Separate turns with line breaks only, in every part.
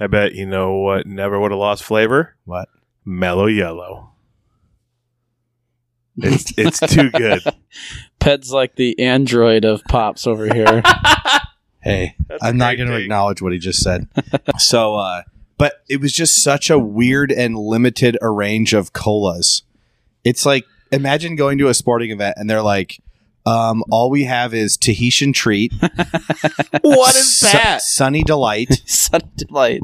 I bet you know what never would have lost flavor?
What?
Mellow yellow. It's it's too good.
Ped's like the android of pops over here.
Hey,
That's a
I'm not
great
going to
take.
acknowledge what he just said. so, uh, but it was just such a weird and limited a range of colas. It's like imagine going to a sporting event and they're like, um, all we have is Tahitian treat.
what is
Su-
that?
sunny delight.
Sunny delight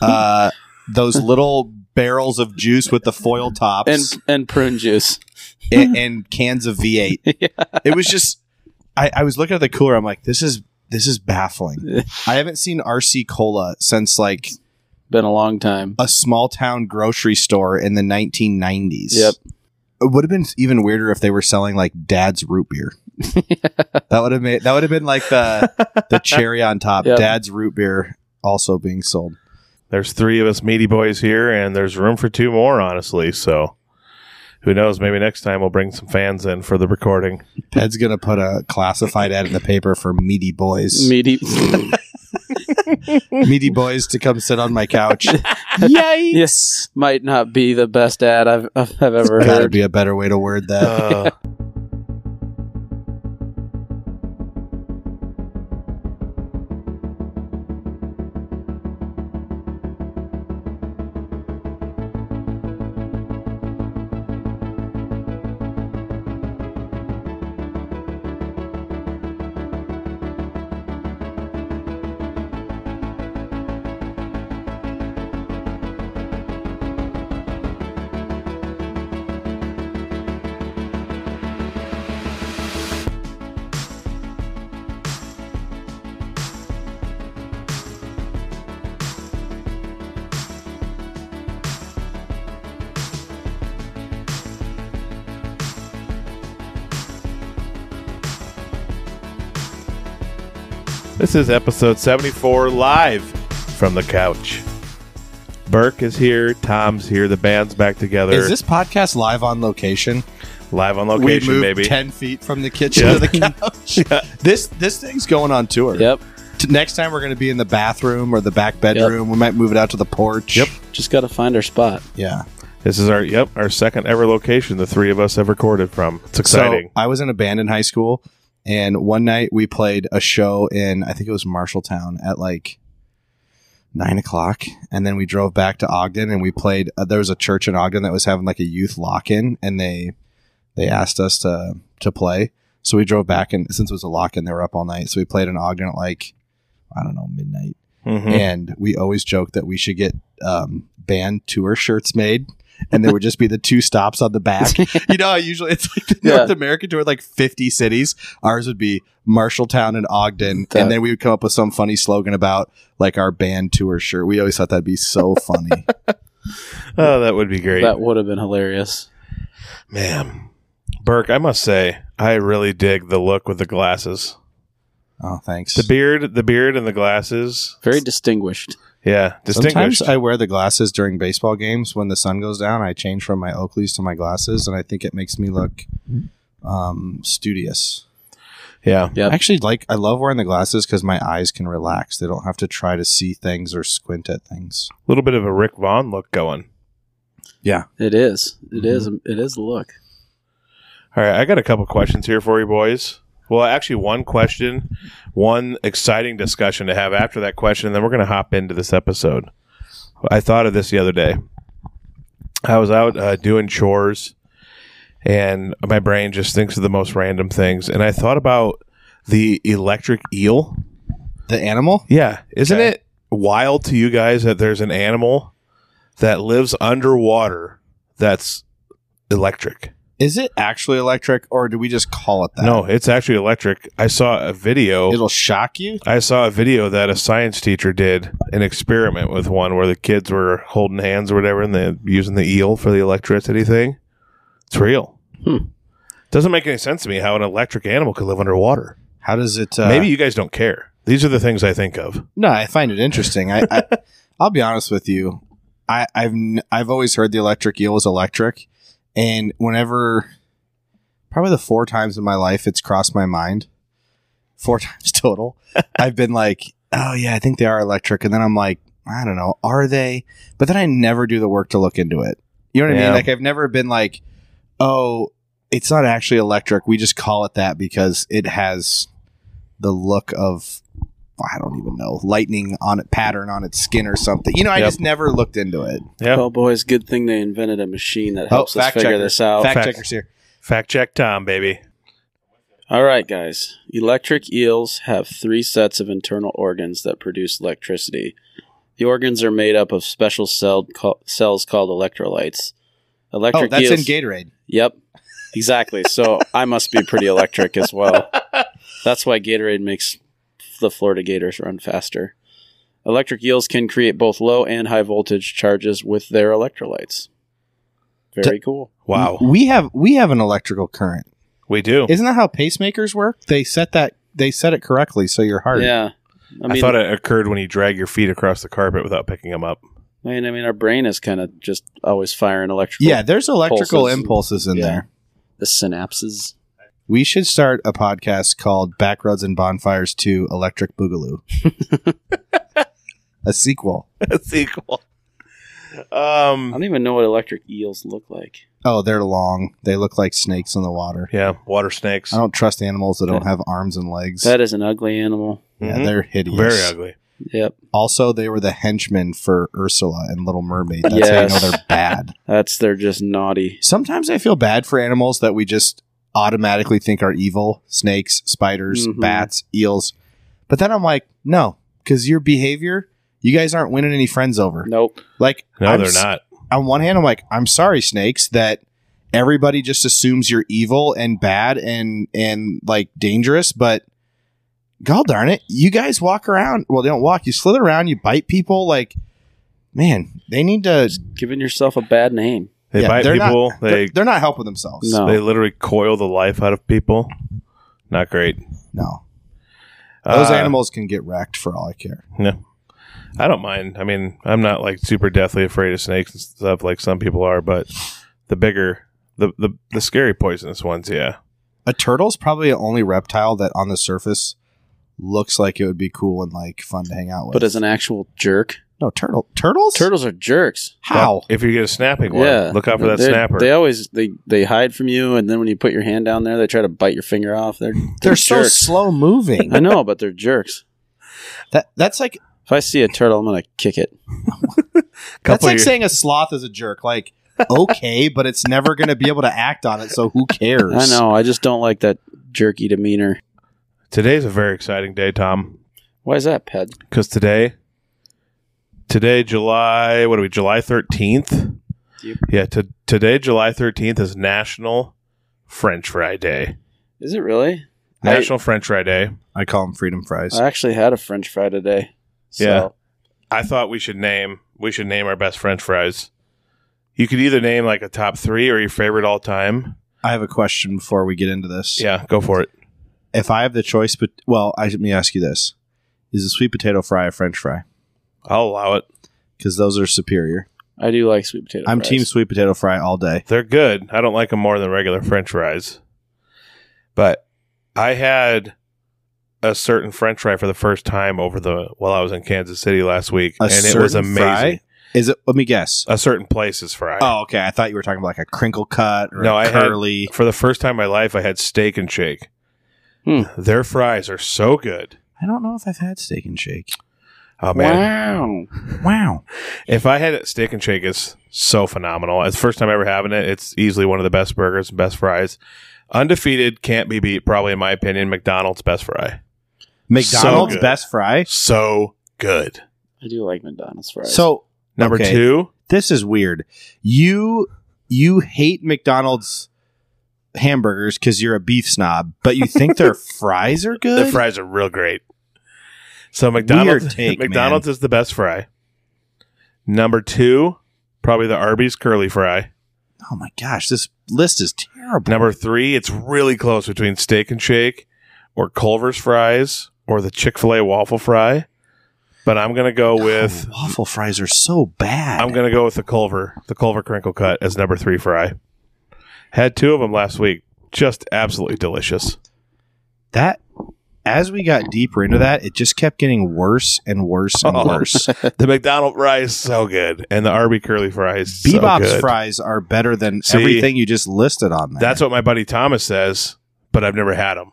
Uh, those little barrels of juice with the foil tops.
and and prune juice.
and, and cans of V8.
Yeah.
It was just I, I was looking at the cooler. I'm like, this is this is baffling. I haven't seen RC Cola since like
Been a long time.
a small town grocery store in the 1990s.
Yep.
It would have been even weirder if they were selling like Dad's root beer. That would have made that would have been like the the cherry on top.
Yep.
Dad's root beer also being sold.
There's three of us meaty boys here, and there's room for two more, honestly. So, who knows? Maybe next time we'll bring some fans in for the recording.
Ted's gonna put a classified ad in the paper for meaty boys.
Meaty.
meaty boys to come sit on my couch.
Yikes! Yes, might not be the best ad I've I've I've ever
Gotta
heard.
be a better way to word that.
Uh, this is episode 74 live from the couch. Burke is here. Tom's here. The band's back together.
Is this podcast live on location?
live on location,
we moved
baby?
ten feet from the kitchen
Yeah.
to the couch. This this thing's going on tour.
Yep.
T- Next time we're going to be in the bathroom or the back bedroom. We might move it out to the porch.
Yep.
Just got to find our spot.
Yeah.
This is our yep our second ever location the three of us have recorded from. It's exciting.
So I was in a band in high school, and one night we played a show in I think it was Marshalltown at like nine o'clock, and then we drove back to Ogden and we played. Uh, there was a church in Ogden that was having like a youth lock in, and they they asked us to to play. So we drove back, and since it was a lock in, they were up all night. So we played in Ogden at like I don't know midnight.
Mhm.
and we always joke that we should get um, band tour shirts made. And there would just be the two stops on the back. You know, how usually it's like the
Yeah.
North American tour, like 50 cities. Ours would be Marshalltown and Ogden.
That-
And then we would come up with some funny slogan about like our band tour shirt. We always thought that'd be so funny.
Oh, that would be great.
That would have been hilarious.
Man. Burke, I must say, I really dig the look with the glasses.
oh, thanks.
The beard, the beard and the glasses.
Very distinguished.
Yeah, distinguished.
Sometimes I wear the glasses during baseball games. When the sun goes down, I change from my Oakleys to my glasses, and I think it makes me look um, studious.
yeah.
Yep.
I actually like I love wearing the glasses because my eyes can relax. They don't have to try to see things or squint at things.
A little bit of a Rick Vaughn look going.
It is. It is.
Mm-hmm.
It is. the Look.
All right, I got a couple questions here for you boys. Well, actually one question, one exciting discussion to have after that question, and then we're going to hop into this episode. I thought of this the other day. I was out uh, doing chores and my brain just thinks of the most random things, and I thought about the electric eel.
The animal?
Yeah. Isn't
Okay.
it wild to you guys that there's an animal that lives underwater that's electric?
Is it actually electric or do we just call it that?
No, it's actually electric. I saw a video.
It'll shock you?
I saw a video that a science teacher did an experiment with one where the kids were holding hands or whatever and they're using the eel for the electricity thing. It's real.
Hmm.
Doesn't make any sense to me how an electric animal could live underwater.
How does it uh,
Maybe you guys don't care. These are the things I think of.
No, I find it interesting. I, I I'll be honest with you. I, I've n- I've always heard the electric eel is electric, and whenever, probably the four times in my life it's crossed my mind, four times total, I've been like, oh yeah, I think they are electric, and then I'm like, I don't know, are they? But then I never do the work to look into it. You know what I
Yeah.
mean? Like I've never been like, oh, it's not actually electric. We just call it that because it has the look of I don't even know lightning on it pattern on its skin or something. You know, I
Yep.
just never looked into it.
Yeah.
Well, boys, good thing they invented a machine that helps us
Oh, fact
figure
checker.
this out.
Fact,
Oh, Fact-
checkers here.
Fact check Tom, baby.
All right, guys. Electric eels have three sets of internal organs that produce electricity. The organs are made up of special celled co- cells called electrolytes.
Oh,
Electric
that's in
eels.
Gatorade.
yep. Exactly. So I must be pretty electric as well. That's why Gatorade makes the Florida Gators run faster. Electric eels can create both low and high voltage charges with their electrolytes. Very cool.
Wow.
We have we have an electrical current.
We do.
Isn't that how pacemakers work? They set that they set it correctly so your heart.
Yeah.
I, thought it occurred when you drag your feet across the carpet without picking them up.
I mean, I mean, our brain is kind of just always firing electrical.
Yeah, there's electrical
Pulses.
impulses in
Yeah.
there.
the synapses.
Mm-hmm.
We should start a podcast called Backroads and Bonfires to Electric Boogaloo. a sequel.
sequel.
I
Um.
don't even know what electric eels look like.
Oh, they're long. They look like snakes in the water.
Yeah. Water snakes.
I don't trust animals that don't
That-
have arms and legs.
That is an ugly animal.
yeah,
Mhm.
they're hideous.
Very ugly.
Yep,
Also, they were the henchmen for Ursula and Little Mermaid. That's how
Yes.
you know they're bad.
that's they're just naughty.
Sometimes I feel bad for animals that we just automatically think are evil snakes, spiders,
Mhm.
bats, eels. But then I'm like, no, because your behavior, you guys aren't winning any friends over.
Nope.
Like,
No,
I'm
they're
s-
not.
On one hand, I'm like, I'm sorry, snakes, that everybody just assumes you're evil and bad and and like dangerous, but god darn it, you guys walk around. Well, they don't walk. You slither around. You bite people. Like, man, they need to.
Giving yourself a bad name.
They
yeah,
bite
they're not-
people.
They're,
they
they're not helping themselves.
No.
they literally coil the life out of people. Not great.
no. Those
Uh,
animals can get wrecked for all I care.
I don't mind. I mean, I'm not like super deathly afraid of snakes and stuff like some people are, but the bigger, the the, the scary poisonous ones, yeah.
A turtle's probably the only reptile that on the surface looks like it would be cool and like fun to hang out with.
But as an actual jerk,
no turtle, turtles,
turtles are jerks.
How?
If you get a snapping one,
yeah,
look out for that
They-
snapper.
They always they they hide from you, and then when you put your hand down there, they try to bite your finger off. They're they're,
They're so
jerks.
slow moving.
I know, but they're jerks.
that that's like
If I see a turtle, I'm gonna kick it.
that's
Couple
like
of your-
saying a sloth is a jerk. Like okay, but it's never going to be able to act on it. So who cares?
I know. I just don't like that jerky demeanor.
Today's a very exciting day, Tom,
Why is that, Ped?
because today, today, July, what are we, July 13th?
Yep.
Yeah, to, today, July 13th is National French Fry Day.
Is it really? I-
National French Fry Day.
I call them freedom fries.
I actually had a French fry today. So
Yeah. I thought we should name we should name our best French fries. You could either name like a top three or your favorite all time.
I have a question before we get into this.
Yeah, go for it.
If I have the choice, but well, I, let me ask you this: Is a sweet potato fry a French fry?
I'll allow it.
Because those are superior.
I do like sweet potato.
I'm
fries.
team sweet potato fry all day.
They're good. I don't like them more than regular French fries. But I had a certain French fry for the first time over the while I was in Kansas City last week,
A
and it was
certain
amazing.
fry? Is it? Let me guess.
A certain place's fry.
Oh, okay. I thought you were talking about like a crinkle cut or
No,
a
I had-
curly.
For the first time in my life, I had steak and shake.
Hmm.
Their fries are so good.
I don't know if I've had steak and shake.
Oh man,
Wow.
Wow.
If I had it, steak and shake is so phenomenal. It's the first time ever having it. It's easily one of the best burgers and best fries. Undefeated can't be beat, probably in my opinion. McDonald's best fry.
McDonald's
good.
best fry.
So good.
I do like McDonald's fries.
So
Number
Okay.
two,
this is weird. You you hate McDonald's hamburgers because you're a beef snob, but you think their fries are
the
good.
fries are real great. So McDonald's
Weird take,
McDonald's is the best fry. Number two, probably the Arby's curly fry.
oh my gosh, this list is terrible.
Number three, it's really close between steak and shake or Culver's fries or the Chick-fil-A waffle fry. But I'm gonna go with
Oh, waffle fries are so bad.
I'm gonna go with the Culver, the Culver crinkle cut as number three fry. Had two of them last week, just absolutely delicious.
that as we got deeper into that, it just kept getting worse and worse and
Oh.
worse.
The McDonald fries so good, and the Arby curly fries so
Bebop's
good.
fries are better than
See,
everything you just listed on there.
That's what my buddy Thomas says, but I've never had them.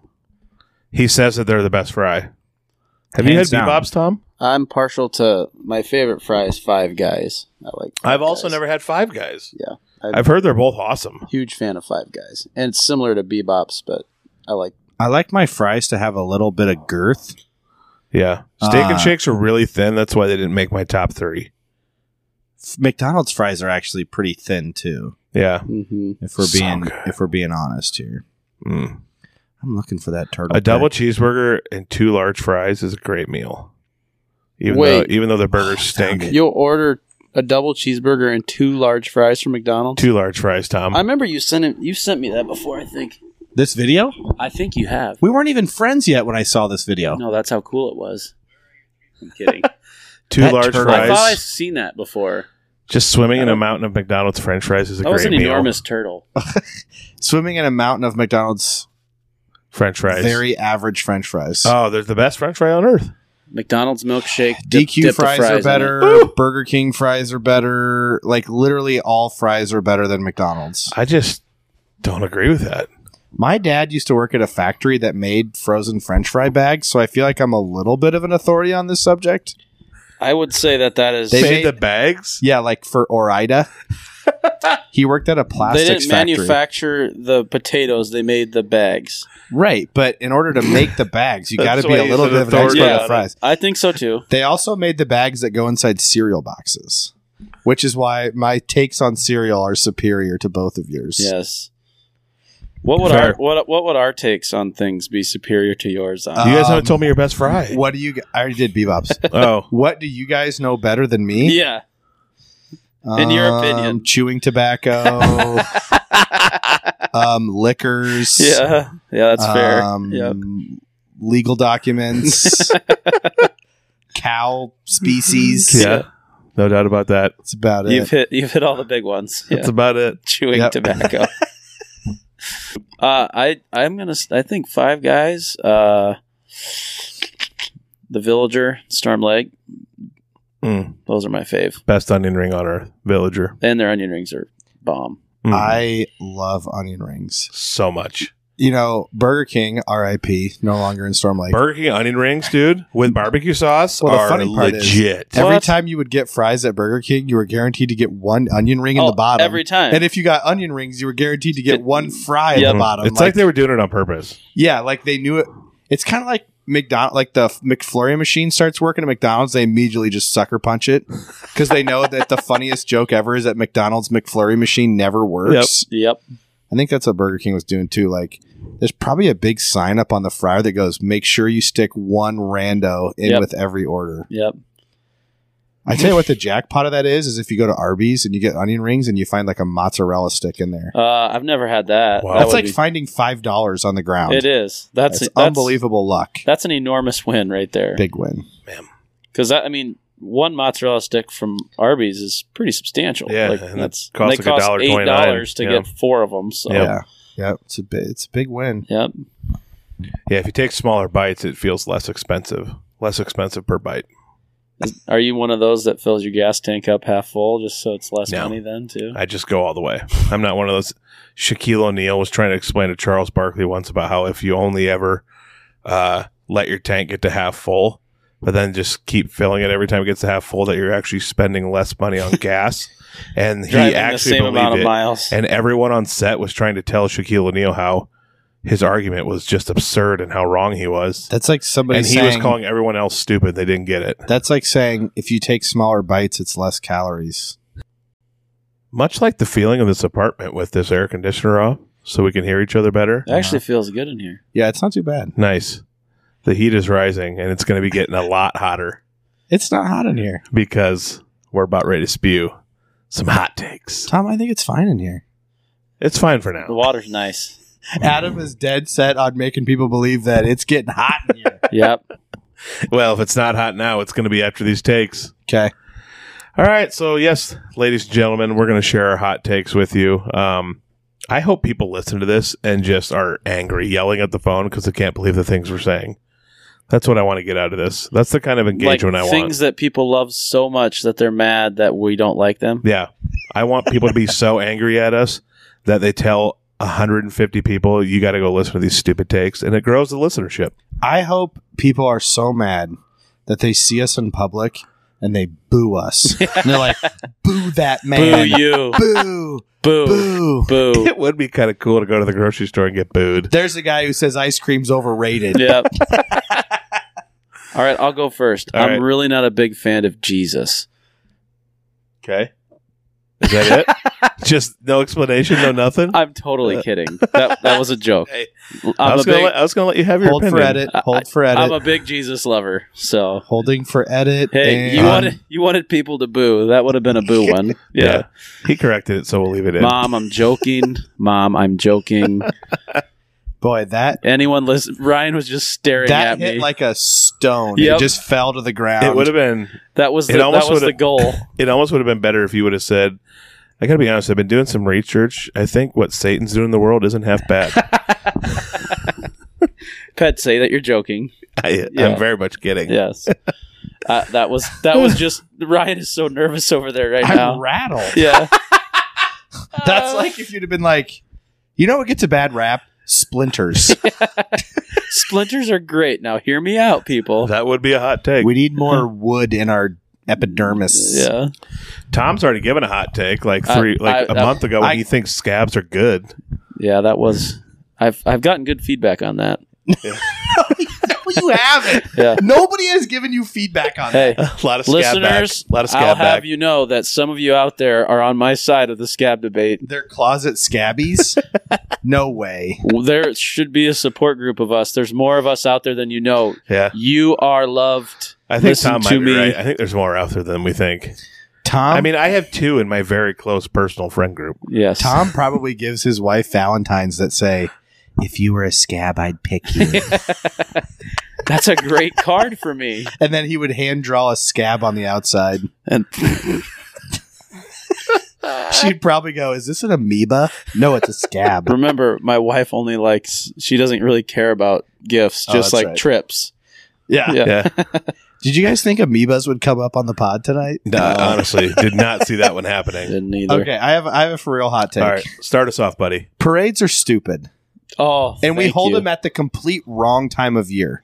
He says that they're the best fry. Have you had
Hands down.
Bebop's, Tom?
I'm partial to my favorite fries, Five Guys. I like. Five
I've also
Guys.
never had Five Guys.
Yeah.
I've, heard they're both awesome.
huge fan of Five Guys, and it's similar to Bebop's, but I like.
I like my fries to have a little bit of girth.
Yeah, steak
Uh,
and shakes are really thin. That's why they didn't make my top three.
F- McDonald's fries are actually pretty thin too,
Yeah,
hmm
if we're
So
being
good.
if we're being honest here.
Mm.
I'm looking for that turtle.
a double
pick.
cheeseburger and two large fries is a great meal. Even
Wait. Oh,
though even though the burgers
found
stink,
it.
You'll order a double cheeseburger and two large fries from McDonald's.
two large fries, Tom.
I remember you sent it, you sent me that before. I think.
This video?
I think you have.
We weren't even friends yet when I saw this video.
No, that's how cool it was. I'm kidding.
two
that
large
turtle-
I
fries.
thought I'd seen that before.
Just swimming in a
I don't-
mountain of McDonald's French fries is a
That
great
was an
meal.
enormous turtle.
Swimming in a mountain of McDonald's
French fries.
very average French fries.
oh, they're the best French fry on earth.
McDonald's milkshake. dip-
DQ
dip the
fries,
in
are
it.
better. Burger King fries are better. Like literally all fries are better than McDonald's.
I just don't agree with that.
My dad used to work at a factory that made frozen French fry bags, so I feel like I'm a little bit of an authority on this subject.
I would say that that is.
They
They
They,
made
made-
the bags.
Yeah, like for Orida, he worked at a plastics
didn't
factory.
manufacture the potatoes. They made the bags.
right, but in order to make the bags, you
That's
got to be
why
a
he's
little
an
bit of an
authority
expert
on
on
it.
fries.
I think so too.
They also made the bags that go inside cereal boxes, which is why my takes on cereal are superior to both of yours.
Yes. What would
Fair.
our what what would our takes on things be superior to yours on?
Uh,
you guys
Um,
haven't told me your best fry.
What do you? g- I already did bebops.
Oh,
what do you guys know better than me?
yeah. in your opinion.
Um, chewing tobacco, um, liquors.
Yeah. Yeah, that's fair.
um,
Yep.
Legal documents. cow species.
yeah, no doubt about that.
That's about
You've
it.
hit you've hit all the big ones. Yeah.
That's about it.
Chewing
Yep.
tobacco. uh I I'm going to I think five guys uh The Villager, Storm Leg,
Mm.
those are my fave.
Best onion ring on earth, villager.
And their onion rings are bomb.
Mm.
I love onion rings.
so much.
You know, Burger King, R.I.P. No longer in Storm Lake.
Burger King onion rings, dude, with barbecue sauce
Well, the
are
funny part is-
legit.
Every
What?
time you would get fries at Burger King, you were guaranteed to get one onion ring in
Oh,
the bottom.
Every time.
and if you got onion rings, you were guaranteed to get
Get-
one fry
Yep.
at the bottom.
It's like, they were doing it on purpose.
Yeah, like they knew it. It's kind of like McDonald, like the McFlurry machine starts working at McDonald's, they immediately just sucker punch it because they know that the funniest joke ever is that McDonald's McFlurry machine never works.
yep.
I think that's what Burger King was doing too. Like, there's probably a big sign up on the fryer that goes, "Make sure you stick one rando in
Yep.
with every order."
Yep.
I tell you what, the jackpot of that is is if you go to Arby's and you get onion rings and you find like a mozzarella stick in there.
Uh I've never had that.
Wow.
Oh, That
that's
would
like
be-
finding five dollars on the ground.
It is. That's,
That's
that's
unbelievable luck.
That's an enormous win right there.
Big win.
Because I mean, one mozzarella stick from Arby's is pretty substantial.
Yeah,
like,
and
that's
it costs
they
like
cost eight
$1.29,
dollars to
yeah.
get four of them. So
Yep.
Yeah. Yeah. It's a big, it's a big win.
Yep.
Yeah, if you take smaller bites, it feels less expensive. Less expensive per bite.
Are you one of those that fills your gas tank up half full just so it's less
No.
money then too?
I just go all the way. I'm not one of those. Shaquille O'Neal was trying to explain to Charles Barkley once about how if you only ever uh, let your tank get to half full, but then just keep filling it every time it gets to half full, that you're actually spending less money on gas. And he
Driving the
actually
same amount
believed
of
it.
miles.
And everyone on set was trying to tell Shaquille O'Neal how his argument was just absurd and how wrong he was.
That's like somebody
and he
saying,
was calling everyone else stupid. They didn't get it.
that's like saying if you take smaller bites, it's less calories.
Much like the feeling of this apartment with this air conditioner off, so we can hear each other better.
it actually feels good in here.
Yeah. It's not too bad.
Nice. The heat is rising, and it's going to be getting a lot hotter
It's not hot in here.
because we're about ready to spew some hot takes.
Tom, I think it's fine in here.
It's fine for
The
now.
water's nice.
Adam is dead set on making people believe that it's getting hot in here.
Yep.
Well, if it's not hot now, it's going to be after these takes.
Okay.
All right. So, yes, ladies and gentlemen, we're going to share our hot takes with you. Um, I hope people listen to this and just are angry, yelling at the phone because they can't believe the things we're saying. That's what I want to get out of this. That's the kind of engagement
like
I want.
things that people love so much that they're mad that we don't like them.
Yeah. I want people to be so angry at us that they tell 150 people, you got to go listen to these stupid takes. And it grows the listenership.
I hope people are so mad that they see us in public and they boo us. and they're like, boo that
Boo
man.
you.
Boo,
Boo.
boo.
Boo.
It would be kind of cool to go to the grocery store and get booed.
There's a guy who says ice cream's overrated.
yep. All right, I'll go first.
All
I'm
right.
really not a big fan of Jesus.
Okay. Is that it? Just no explanation, no nothing? I,
I'm totally kidding. That that was a joke.
Hey,
I'm a
was gonna
big
let- I was going to let you have your
Hold for
opinion.
edit.
I-
Hold for
I'm
edit.
a big Jesus lover. So
Holding for edit.
hey,
and-
you wanted you wanted people to boo. That would have been a boo one. Yeah.
He corrected it, so we'll leave it in.
Mom, I'm joking. Mom, I'm joking.
boy that
Anyone listen? Ryan was just staring
that
at
hit
me.
like a stone.
Yep.
It just fell to the ground.
It would have been.
that was
it
the, that
almost
was the
would've-
goal.
It almost would have been better if you would have said, "I got to be honest. I've been doing some research. I think what Satan's doing in the world isn't half bad.
Pet, say that you're joking.
I,
Yeah.
I'm very much kidding.
Yes. Uh, that was that was just Ryan is so nervous over there right
I'm
now.
rattled.
Yeah.
That's like if you'd have been like, you know what gets a bad rap? Splinters.
Splinters are great. Now hear me out, people.
That would be a hot take.
we need more wood in our epidermis.
Yeah.
Tom's already given a hot take like
I-
three, like
Uh, I-
a month ago when
I-
he thinks scabs are good.
Yeah, that was I've I've gotten good feedback on that.
you haven't.
Yeah.
Nobody has given you feedback on
Hey,
a lot of scab back.
listeners,
A lot of
I'll
scab back.
have you know that some of you out there are on my side of the scab debate.
that. They're closet scabbies. no way.
There should be a support group of us. There's more of us out there than you know.
yeah,
You are loved.
I think
Listen
Tom
to
might be
me.
right. I think there's more out there than we think.
Tom.
I mean, I have two in my very close personal friend group.
Yes.
Tom probably gives his wife Valentines that say, "If you were a scab, I'd pick you."
That's a great card for me.
and then he would hand draw a scab on the outside.
And
She'd probably go, "Is this an amoeba?" No, it's a scab.
remember, my wife only likes she doesn't really care about gifts,
Oh,
just
that's
like
right.
trips. Yeah.
Yeah,
Did you guys think amoebas would come up on the pod tonight?
No, Uh, honestly, did not see that one happening.
Didn't either.
Okay, I have I have a for real hot take.
All right, start us off, buddy.
Parades are stupid,
Oh,
and we
thank
hold
you.
them at the complete wrong time of year.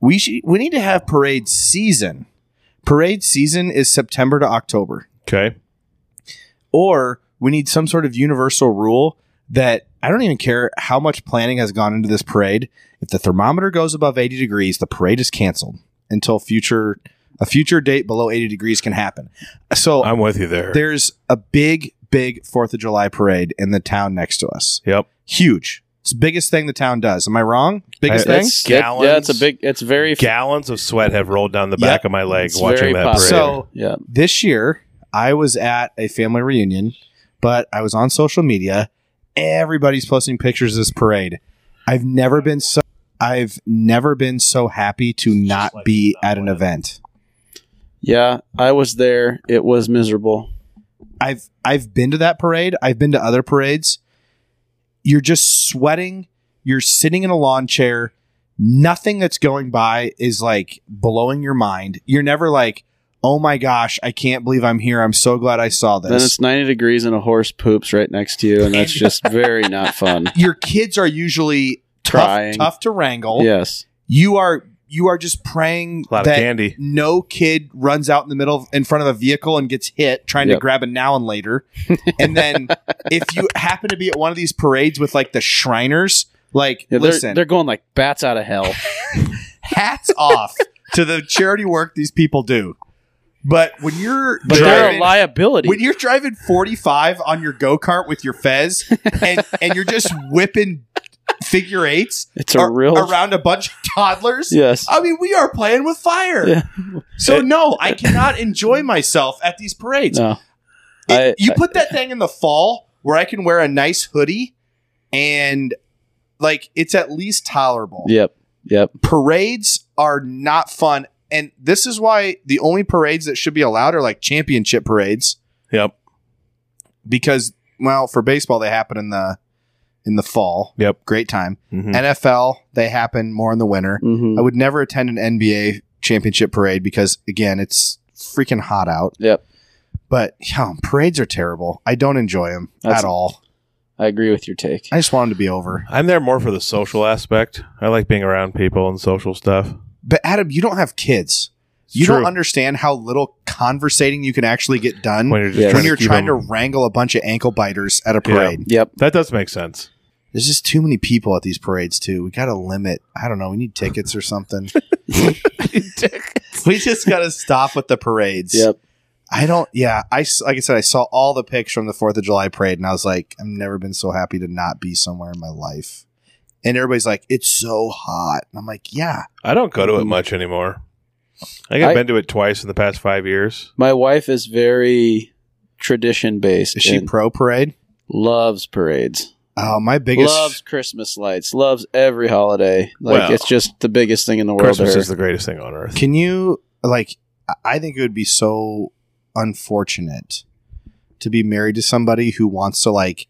We should we need to have parade season. Parade season is September to October,
Okay,
or we need some sort of universal rule that I don't even care how much planning has gone into this parade. If the thermometer goes above 80 degrees, the parade is canceled until future a future date below 80 degrees can happen. So
I'm with you there.
There's a big, big Fourth of July parade in the town next to us.
Yep.
Huge. It's the biggest thing the town does. Am I wrong? Biggest
I-
thing?
That's, that, yeah, it's a
Gallons.
big. It's very.
Gallons of sweat have rolled down the
Yep.
back of my leg
It's very
watching that parade.
popular.
So
yeah.
this year, I was at a family reunion, but I was on social media. Everybody's posting pictures of this parade. I've never been so I've never been so happy to not be at an event.
Yeah, I was there. It was miserable.
I've I've been to that parade. I've been to other parades. You're just sweating. You're sitting in a lawn chair. Nothing that's going by is like blowing your mind. You're never like, "Oh my gosh, I can't believe I'm here. I'm so glad I saw
Then it's
this."
90 degrees and a horse poops right next to you, and that's just very not fun.
Your kids are usually tough,
Crying.
tough to wrangle.
Yes.
You are you are just praying
a lot of
that
candy.
no kid runs out in the middle in front of a vehicle and gets hit trying to
Yep.
grab a now and later. And then if you happen to be at one of these parades with like the Shriners, like
Yeah, they're,
listen,
they're going like bats out of hell.
hats off to the charity work these people do. But when you're
But they're a
driving,
liability.
when you're driving 45 on your go kart with your Fez and, and you're just whipping figure eights
it's a
ar-
real.
around a bunch of toddlers,
yes.
I mean, we are playing with fire.
Yeah.
So no, I cannot enjoy myself at these parades.
No.
It-
I-
you put that thing in the fall where I can wear a nice hoodie and like it's at least tolerable.
Yep. Yep.
Parades are not fun. And this is why the only parades that should be allowed are like championship parades
Yep.
because well, for baseball they happen in the in the fall.
Yep.
Great time.
Mhm.
NFL, they happen more in the winter.
Mm-hmm.
I would never attend an NBA championship parade because, again, it's freaking hot out.
Yep.
But yeah, parades are terrible. I don't enjoy them
That's-
at all.
I agree with your take.
I just want them to be over.
I'm there more for the social aspect. I like being around people and social stuff.
But Adam, you don't have kids.
It's
You don't
true.
understand how little conversating you can actually get done when,
when you're just
Yes.
trying,
you're
to, keep
trying
them-
to wrangle a bunch of ankle biters at a
Yeah.
parade.
Yep.
That does make sense.
There's just too many people at these parades too. We got to limit. I don't know. We need tickets or something. we just got to stop with the parades.
Yep.
I don't. Yeah. I s- like I said. I saw all the pics from the Fourth of July parade, and I was like, I've never been so happy to not be somewhere in my life. And everybody's like, it's so hot. And I'm like, yeah.
I don't go to it much anymore. I think I've
I-
been to it twice in the past five years.
My wife is very tradition based.
Is she pro parade?
loves parades.
Oh, my biggest.
loves Christmas lights. Loves every holiday. Like
Well,
it's just the biggest thing in the world.
Christmas
to her.
is the greatest thing on earth.
Can you like? I- I think it would be so unfortunate to be married to somebody who wants to like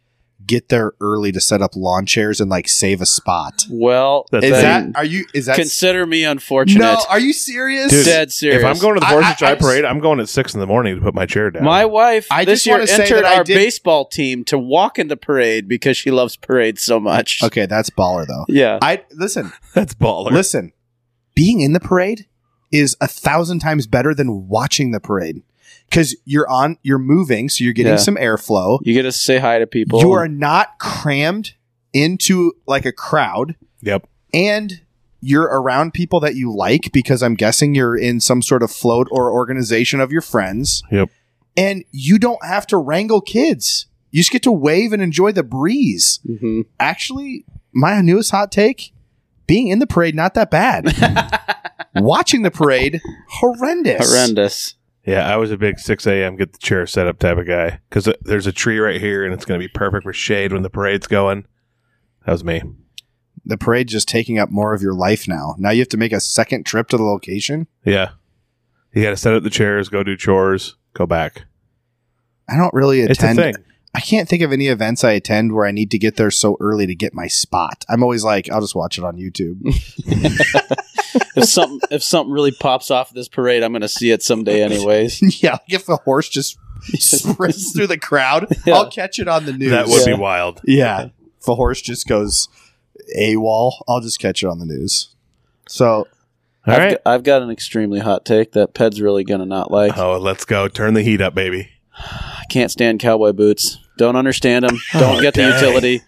get there early to set up lawn chairs and like save a spot.
well,
That's
Is
Then-
that are you? Is that
consider me unfortunate?
no? Are you serious?
Dude,
Dead serious.
If I'm going to the
I-
Fourth
I-
of July
I just-
parade, I'm going at six in the morning to put my chair down.
My wife
I
this
just
year
wanna say
entered
that I
our
did-
baseball team to walk in the parade because she loves parades so much.
Okay, that's baller though.
Yeah.
I listen,
That's baller.
listen. Being in the parade is a thousand times better than watching the parade because you're on, you're moving, so you're getting
Yeah.
some airflow.
You get to say hi to people.
You are not crammed into like a crowd.
Yep.
and you're around people that you like because I'm guessing you're in some sort of float or organization of your friends.
Yep.
And you don't have to wrangle kids. You just get to wave and enjoy the breeze.
Mhm.
Actually, my newest hot take being in the parade, not that bad. Watching the parade, horrendous.
horrendous.
Yeah, I was a big 6 a.m. get the chair set up type of guy because there's a tree right here and it's going to be perfect for shade when the parade's going. That was me.
The parade just taking up more of your life now. Now you have to make a second trip to the location.
Yeah. You got to set up the chairs, go do chores, go back.
I don't really
It's a
attend
thing.
I can't think of any events I attend where I need to get there so early to get my spot. I'm always like, I'll just watch it on YouTube.
if something if something really pops off this parade, I'm going to see it someday anyways.
yeah, like if a horse just sprints through the crowd,
Yeah.
I'll catch it on the news.
That would
Yeah.
be wild.
yeah. If a horse just goes AWOL, I'll just catch it on the news. So
All
I've,
right.
got, I've got an extremely hot take that Ped's really going to not like.
Oh, let's go. Turn the heat up, baby.
I can't stand cowboy boots. Don't understand them. Don't
Oh,
get the
dang.
utility.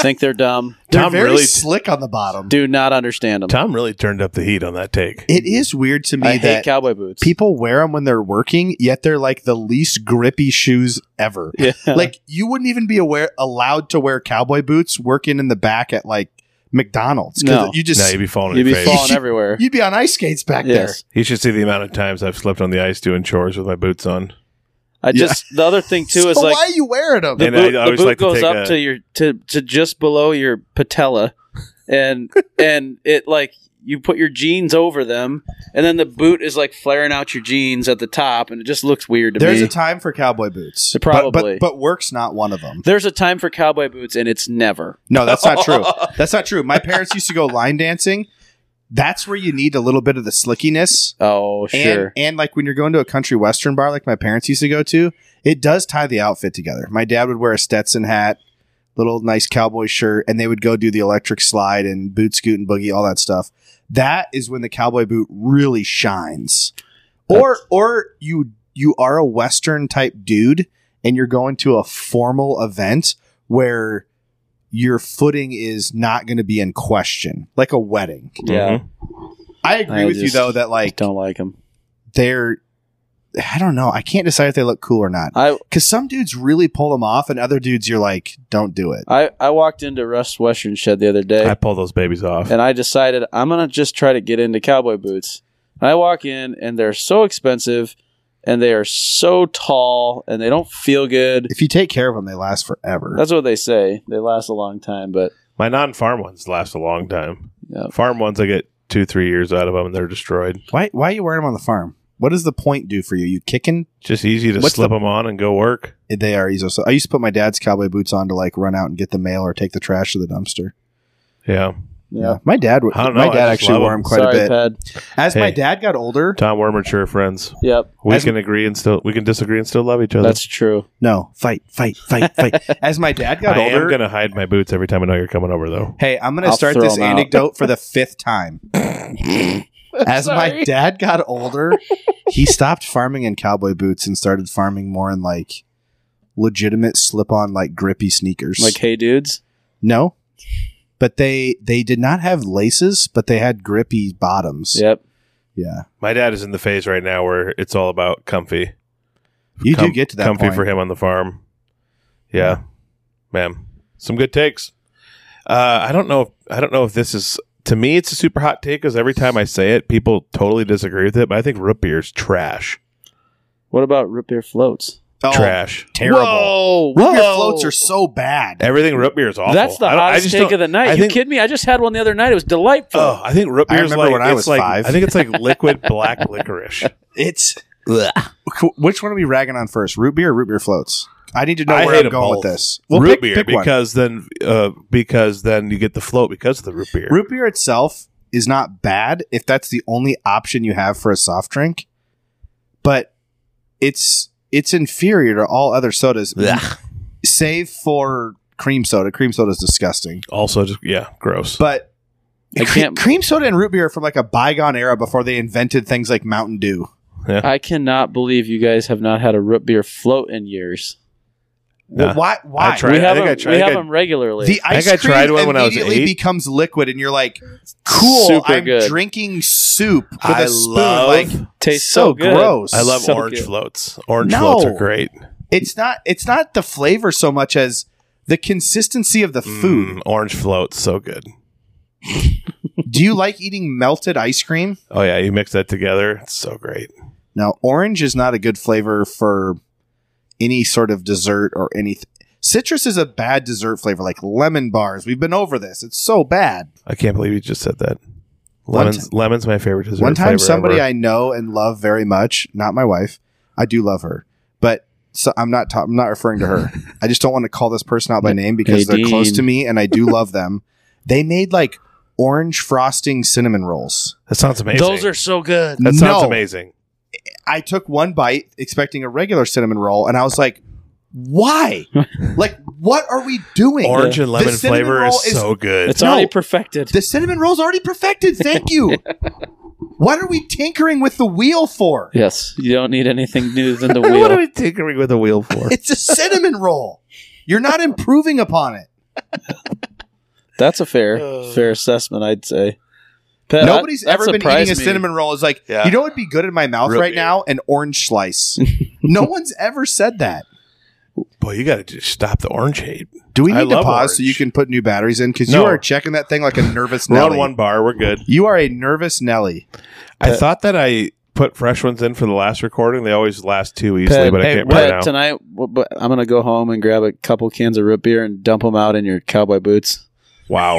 Think they're dumb.
they're
Tom
very
really-
slick on the bottom.
Do not understand them.
Tom really turned up the heat on that take.
It is weird to me
I hate
that
cowboy boots.
people wear them when they're working, yet they're like the least grippy shoes ever.
yeah.
like you wouldn't even be aware allowed to wear cowboy boots working in the back at like McDonald's. 'cause
No.
you just
Now you'd be falling
You'd
in
be
your face.
falling everywhere.
you'd be on ice skates back
Yes.
You should see the amount of times I've slept on the ice doing chores with my boots on.
I just the other thing too
there.
is
so
like
why are you wearing them?
the
And
boot,
I
the
always
boot
like to
goes
take
up
a-
to your to to just below your patella, and and it like you put your jeans over them, and then the boot is like flaring out your jeans at the top, and it just looks weird to
There's
me.
a time for cowboy boots.
So
But-
probably.
but, but work's not one of them.
There's a time for cowboy boots, and it's never.
No, that's not true. That's not true. My parents used to go line dancing. That's where you need a little bit of the slickiness.
Oh
And,
sure,
and like when you're going to a country western bar like my parents used to go to, it does tie the outfit together. My dad would wear a Stetson hat, little nice cowboy shirt, and they would go do the electric slide and boot scoot and boogie, all that stuff. That is when the cowboy boot really shines. Or or you you are a western type dude and you're going to a formal event where your footing is not going to be in question, like a wedding.
yeah,
Mm-hmm. I agree
I
with you
just
though that
I
like
don't like them.
they're I don't know. I can't decide if they look cool or not.
I
Cause some dudes really pull them off, and other dudes you're like, don't do it.
I I walked into Russ Western Shed the other day,
I pull those babies off.
and I decided I'm gonna just try to get into cowboy boots. And I walk in, and they're so expensive, and they are so tall, and they don't feel good.
If you take care of them, they last forever.
That's what they say. They last a long time, but
My non-farm ones last a long time.
Yep.
Farm ones, I get two, three years out of them, and they're destroyed.
why why are you wearing them on the farm? What does the point do for you? You kicking?
Just easy to
What's
slip them on and go work.
They are easy. So I used to put my dad's cowboy boots on to like run out and get the mail or take the trash to the dumpster.
Yeah.
Yeah, my dad would.
I don't
My
know, I
dad
just
actually
love
wore
them.
them quite
Sorry,
a bit.
Pad.
As my
Hey.
dad got older,
Tom, we're mature friends.
Yep,
We
As-
can agree and still we can disagree and still love each other.
that's true.
no, fight, fight, fight, fight. As my dad got
I
older,
am gonna hide my boots every time I know you're coming over though.
Hey, I'm going to
I'll
start
throw
this
'em out.
anecdote for the fifth time. As my
Sorry.
dad got older, he stopped farming in cowboy boots and started farming more in like legitimate slip-on like grippy sneakers.
Like, hey, dudes.
no. But they they did not have laces, but they had grippy bottoms.
Yep.
Yeah.
My dad is in the phase right now where it's all about comfy.
You do
Com-
get to that
comfy
point.
for him on the farm. Yeah, man, some good takes. Uh, I don't know. If, I don't know if this is to me. It's a super hot take because every time I say it, people totally disagree with it. But I think root beer's trash.
What about root beer floats?
Oh,
Trash.
Terrible.
Whoa,
Root beer
whoa.
floats are so bad.
Everything root beer is awful.
That's the
I don't- I
hottest
just
take
don't-
of the night.
I
you
think-
kidding me? I just had one the other night. It was delightful.
Oh, I think root
I
beer is
remember
like
when I
it's
was
like
five.
I think it's like liquid black licorice.
It's Which one are we ragging on first? Root beer or root beer floats? I need to know
I
where
hate
I'm
them
going with
both.
this.
root
pick-
beer
pick one.
because then uh, because then you get the float because of the root beer.
Root beer itself is not bad if that's the only option you have for a soft drink, but it's it's inferior to all other sodas, save for cream soda. Cream soda is disgusting,
also, just yeah, gross.
but
I
cre-
can't-
cream soda and root beer are from like a bygone era before they invented things like Mountain Dew.
I cannot believe you guys have not had a root beer float in years.
Nah.
Why? Why?
I tried-
we have,
think I
them,
tried-
we
I think
have
I-
them regularly.
The ice
I
cream
tried one when I was
immediately
eight.
becomes liquid, and you're like, "Cool,
Super
I'm
good.
drinking soup with
I
a spoon."
love-
like,
Tastes
so
so, good.
gross.
I love
so
orange
good.
floats. Orange
No.
floats are great.
it's not it's not the flavor so much as the consistency of the food.
Mm, orange floats, so good.
Do you like eating melted ice cream?
Oh yeah, you mix that together, it's so great.
Now, orange is not a good flavor for any sort of dessert or anything. Citrus is a bad dessert flavor, like lemon bars. We've been over this. It's so bad.
I can't believe you just said that.
One
Lemons, lemon's my favorite dessert.
One time,
flavor
somebody
ever.
I know and love very much, not my wife. I do love her, but so I'm not. Ta- I'm not referring to her. I just don't want to call this person out by name because they're
Nadine.
close to me and I do love them. They made like orange frosting cinnamon rolls.
that sounds amazing.
Those are so good.
that sounds
No.
amazing.
I took one bite expecting a regular cinnamon roll, and I was like, "Why? like, what are we doing?
Orange and lemon
cinnamon
flavor
roll
is,
is-
so good.
It's
No.
already perfected.
the cinnamon roll's already perfected. Thank you. what are we tinkering with the wheel for?
Yes, you don't need anything new than the
what are
wheel.
we tinkering with a wheel for?
It's a cinnamon roll. You're not improving upon it.
That's a fair,
Uh.
fair assessment, I'd say. Pat, that-
Nobody's
that
ever been eating
surprised
a
me.
cinnamon roll. Is like,
Yeah.
you know, what'd be good in my mouth
Root
right
beer.
now? An orange slice. no one's ever said that.
Boy, you got to just stop the orange hate.
Do we
I
need to
love
pause so
orange.
you can put new batteries in? Because
No.
you are checking that thing like a nervous
We're on
Nelly.
one bar. We're good.
You are a nervous Nelly.
I
Pet.
thought that I put fresh ones in for the last recording. They always last too easily,
Pat,
but I
hey,
can't
Pat,
remember now.
tonight, w- but I'm gonna go home and grab a couple cans of root beer and dump them out in your cowboy boots.
Wow.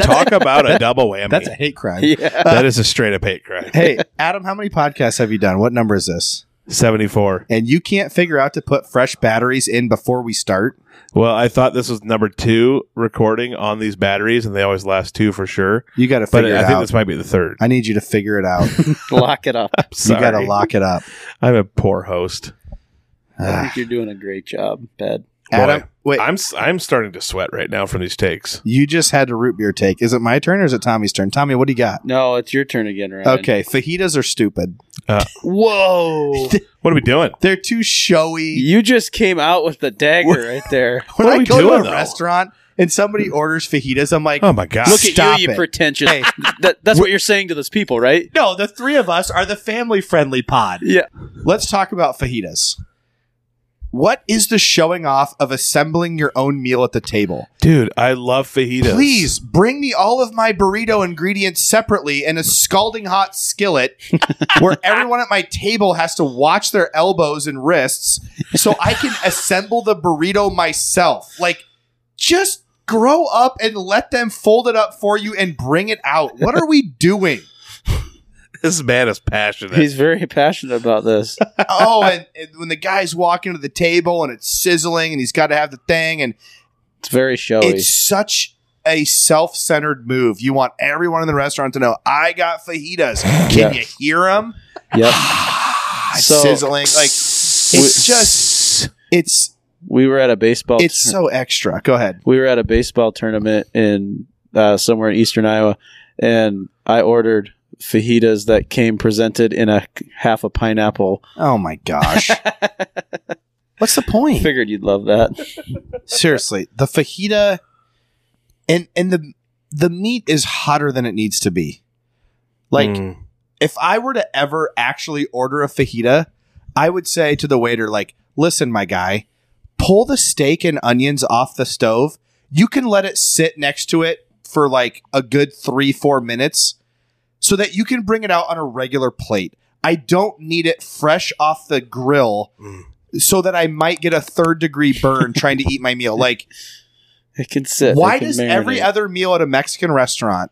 Talk about a double whammy.
That's a hate crime.
Yeah,
that is a straight up hate crime.
hey, Adam, how many podcasts have you done? What number is this?
74.
And you can't figure out to put fresh batteries in before we start.
Well, I thought this was number two recording on these batteries, and they always last two for sure.
You got to
But
figure
I
it
think
out.
this might be the third.
I need you to figure it out.
lock it up.
I'm
you
sorry.
got to lock it up.
I'm a poor host.
I
Ah.
think you're doing a great job, Pat.
Adam, wait.
I'm s- I'm starting to sweat right now from these takes.
you just had a root beer take. Is it my turn or is it Tommy's turn? Tommy, what do you got?
No, it's your turn again, Ryan.
Okay, fajitas are stupid.
Whoa.
What are we doing?
They're too showy.
You just came out with the dagger right there.
When
what are
I
we
go
doing,
to a
though?
restaurant and somebody orders fajitas, I'm like,
Oh my god!
Look
Stop
at you, you
it.
pretentious.
Hey.
That, that's what you're saying to those people, right?
no, the three of us are the family friendly pod.
Yeah.
Let's talk about fajitas. What is the showing off of assembling your own meal at the table?
dude, I love fajitas.
Please bring me all of my burrito ingredients separately in a scalding hot skillet where everyone at my table has to watch their elbows and wrists so I can assemble the burrito myself. Like, just grow up and let them fold it up for you and bring it out. What are we doing?
This man is passionate.
He's very passionate about this.
oh, and, and when the guy's walking to the table and it's sizzling and he's got to have the thing and
It's very showy.
it's such a self-centered move. You want everyone in the restaurant to know I got fajitas. Can
Mm,
Yeah.
you hear them?
yep. So-
sizzling like it's just Oh, it's
We were at a baseball.
it's
tour-
so extra. Go ahead.
we were at a baseball tournament in uh, somewhere in eastern Iowa, and I ordered fajitas that came presented in a half a pineapple.
Oh my gosh.
What's the point?
Figured you'd love that.
Seriously,
the fajita and and the the meat is hotter than it needs to be. Like
Mm.
if I were to ever actually order a fajita, I would say to the waiter like, "Listen, my guy, pull the steak and onions off the stove. You can let it sit next to it for like a good 3-4 minutes so that you can bring it out on a regular plate. I don't need it fresh off the grill."
Mm.
So that I might get a third degree burn trying to eat my meal. Like,
It can sit. It
why
can
does every
marinate.
other meal at a Mexican restaurant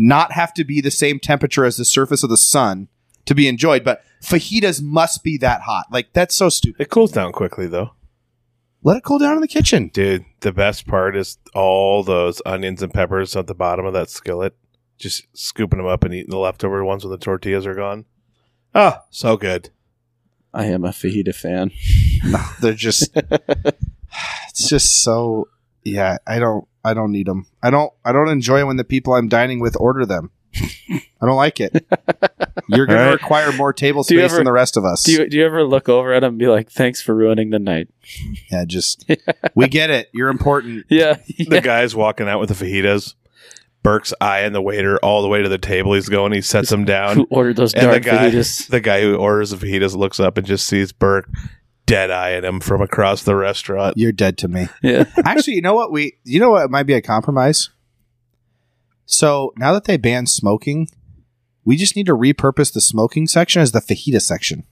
not have to be the same temperature as the surface of the sun to be enjoyed? But fajitas must be that hot. Like that's so stupid.
It cools down quickly though.
Let it cool down in the kitchen.
Dude, the best part is all those onions and peppers at the bottom of that skillet. Just scooping them up and eating the leftover ones when the tortillas are gone. Ah, so good.
I am a fajita fan.
They're just it's just so yeah. I don't I don't need them. I don't I don't enjoy when the people I'm dining with order them. I don't like it. You're going
All
to
right.
require more table
Do you
space
ever-
than the rest of us.
Do you do you ever look over at him and be like, "Thanks for ruining the night"?
yeah, just we get it. You're important.
Yeah.
The guy's walking out with the fajitas. Burke's eyeing the waiter all the way to the table. He's going, he sets him down.
Who ordered those
And the
dark
guy,
fajitas?
the guy who orders the fajitas looks up and just sees Burke dead eyeing him from across the restaurant.
You're dead to me.
Yeah.
Actually, you know what we you know what might be a compromise? So now that they banned smoking, we just need to repurpose the smoking section as the fajita section.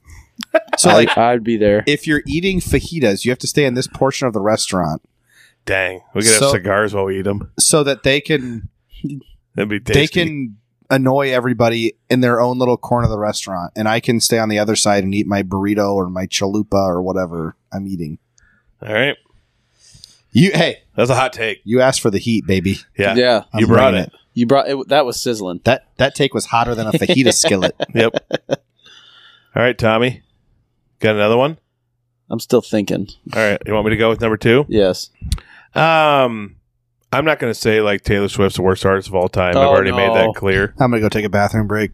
So like
I, I'd be there.
if you're eating fajitas, you have to stay in this portion of the restaurant
Dang, we could
So-
have cigars while we eat them.
so that they can
That'd be tasty.
they can annoy everybody in their own little corner of the restaurant and I can stay on the other side and eat my burrito or my chalupa or whatever I'm eating.
All right,
You hey,
that's a hot take.
you asked for the heat, baby.
Yeah,
yeah.
I'm
you brought
bringing
it.
You brought it, that was sizzling.
That that take was hotter than a fajita skillet.
Yep. All right, Tommy, got another one.
I'm still thinking.
All right, you want me to go with number two?
Yes.
Um, I'm not going to say like Taylor Swift's the worst artist of all time. I've
Oh,
already made
no.
that clear.
I'm gonna go take a bathroom break.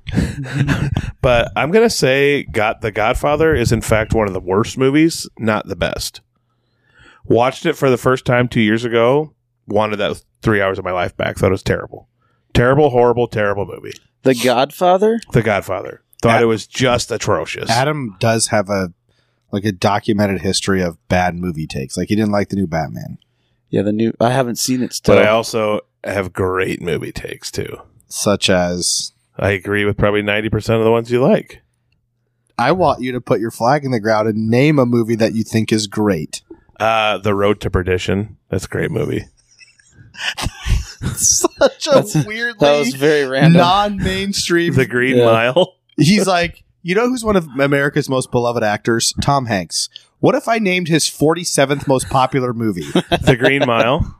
But I'm going to say God, The Godfather is in fact one of the worst movies, not the best. Watched it for the first time two years ago. Wanted that three hours of my life back. Thought it was terrible. Terrible, horrible, terrible movie.
The Godfather.
The Godfather. Thought
Ad-
it was just atrocious.
Adam does have a like a documented history of bad movie takes. Like he didn't like the new Batman.
Yeah, the new. I haven't seen it still.
but I also have great movie takes too.
Such as
I agree with probably 90% of the ones you like.
I want you to put your flag in the ground and name a movie that you think is great.
Uh, The Road to Perdition. That's a great movie.
Such a
That's-
weirdly
that was very random.
non mainstream
The Green
Yeah.
Mile.
He's like, you know who's one of America's most beloved actors? Tom Hanks. What if I named his forty seventh most popular movie?
The Green Mile.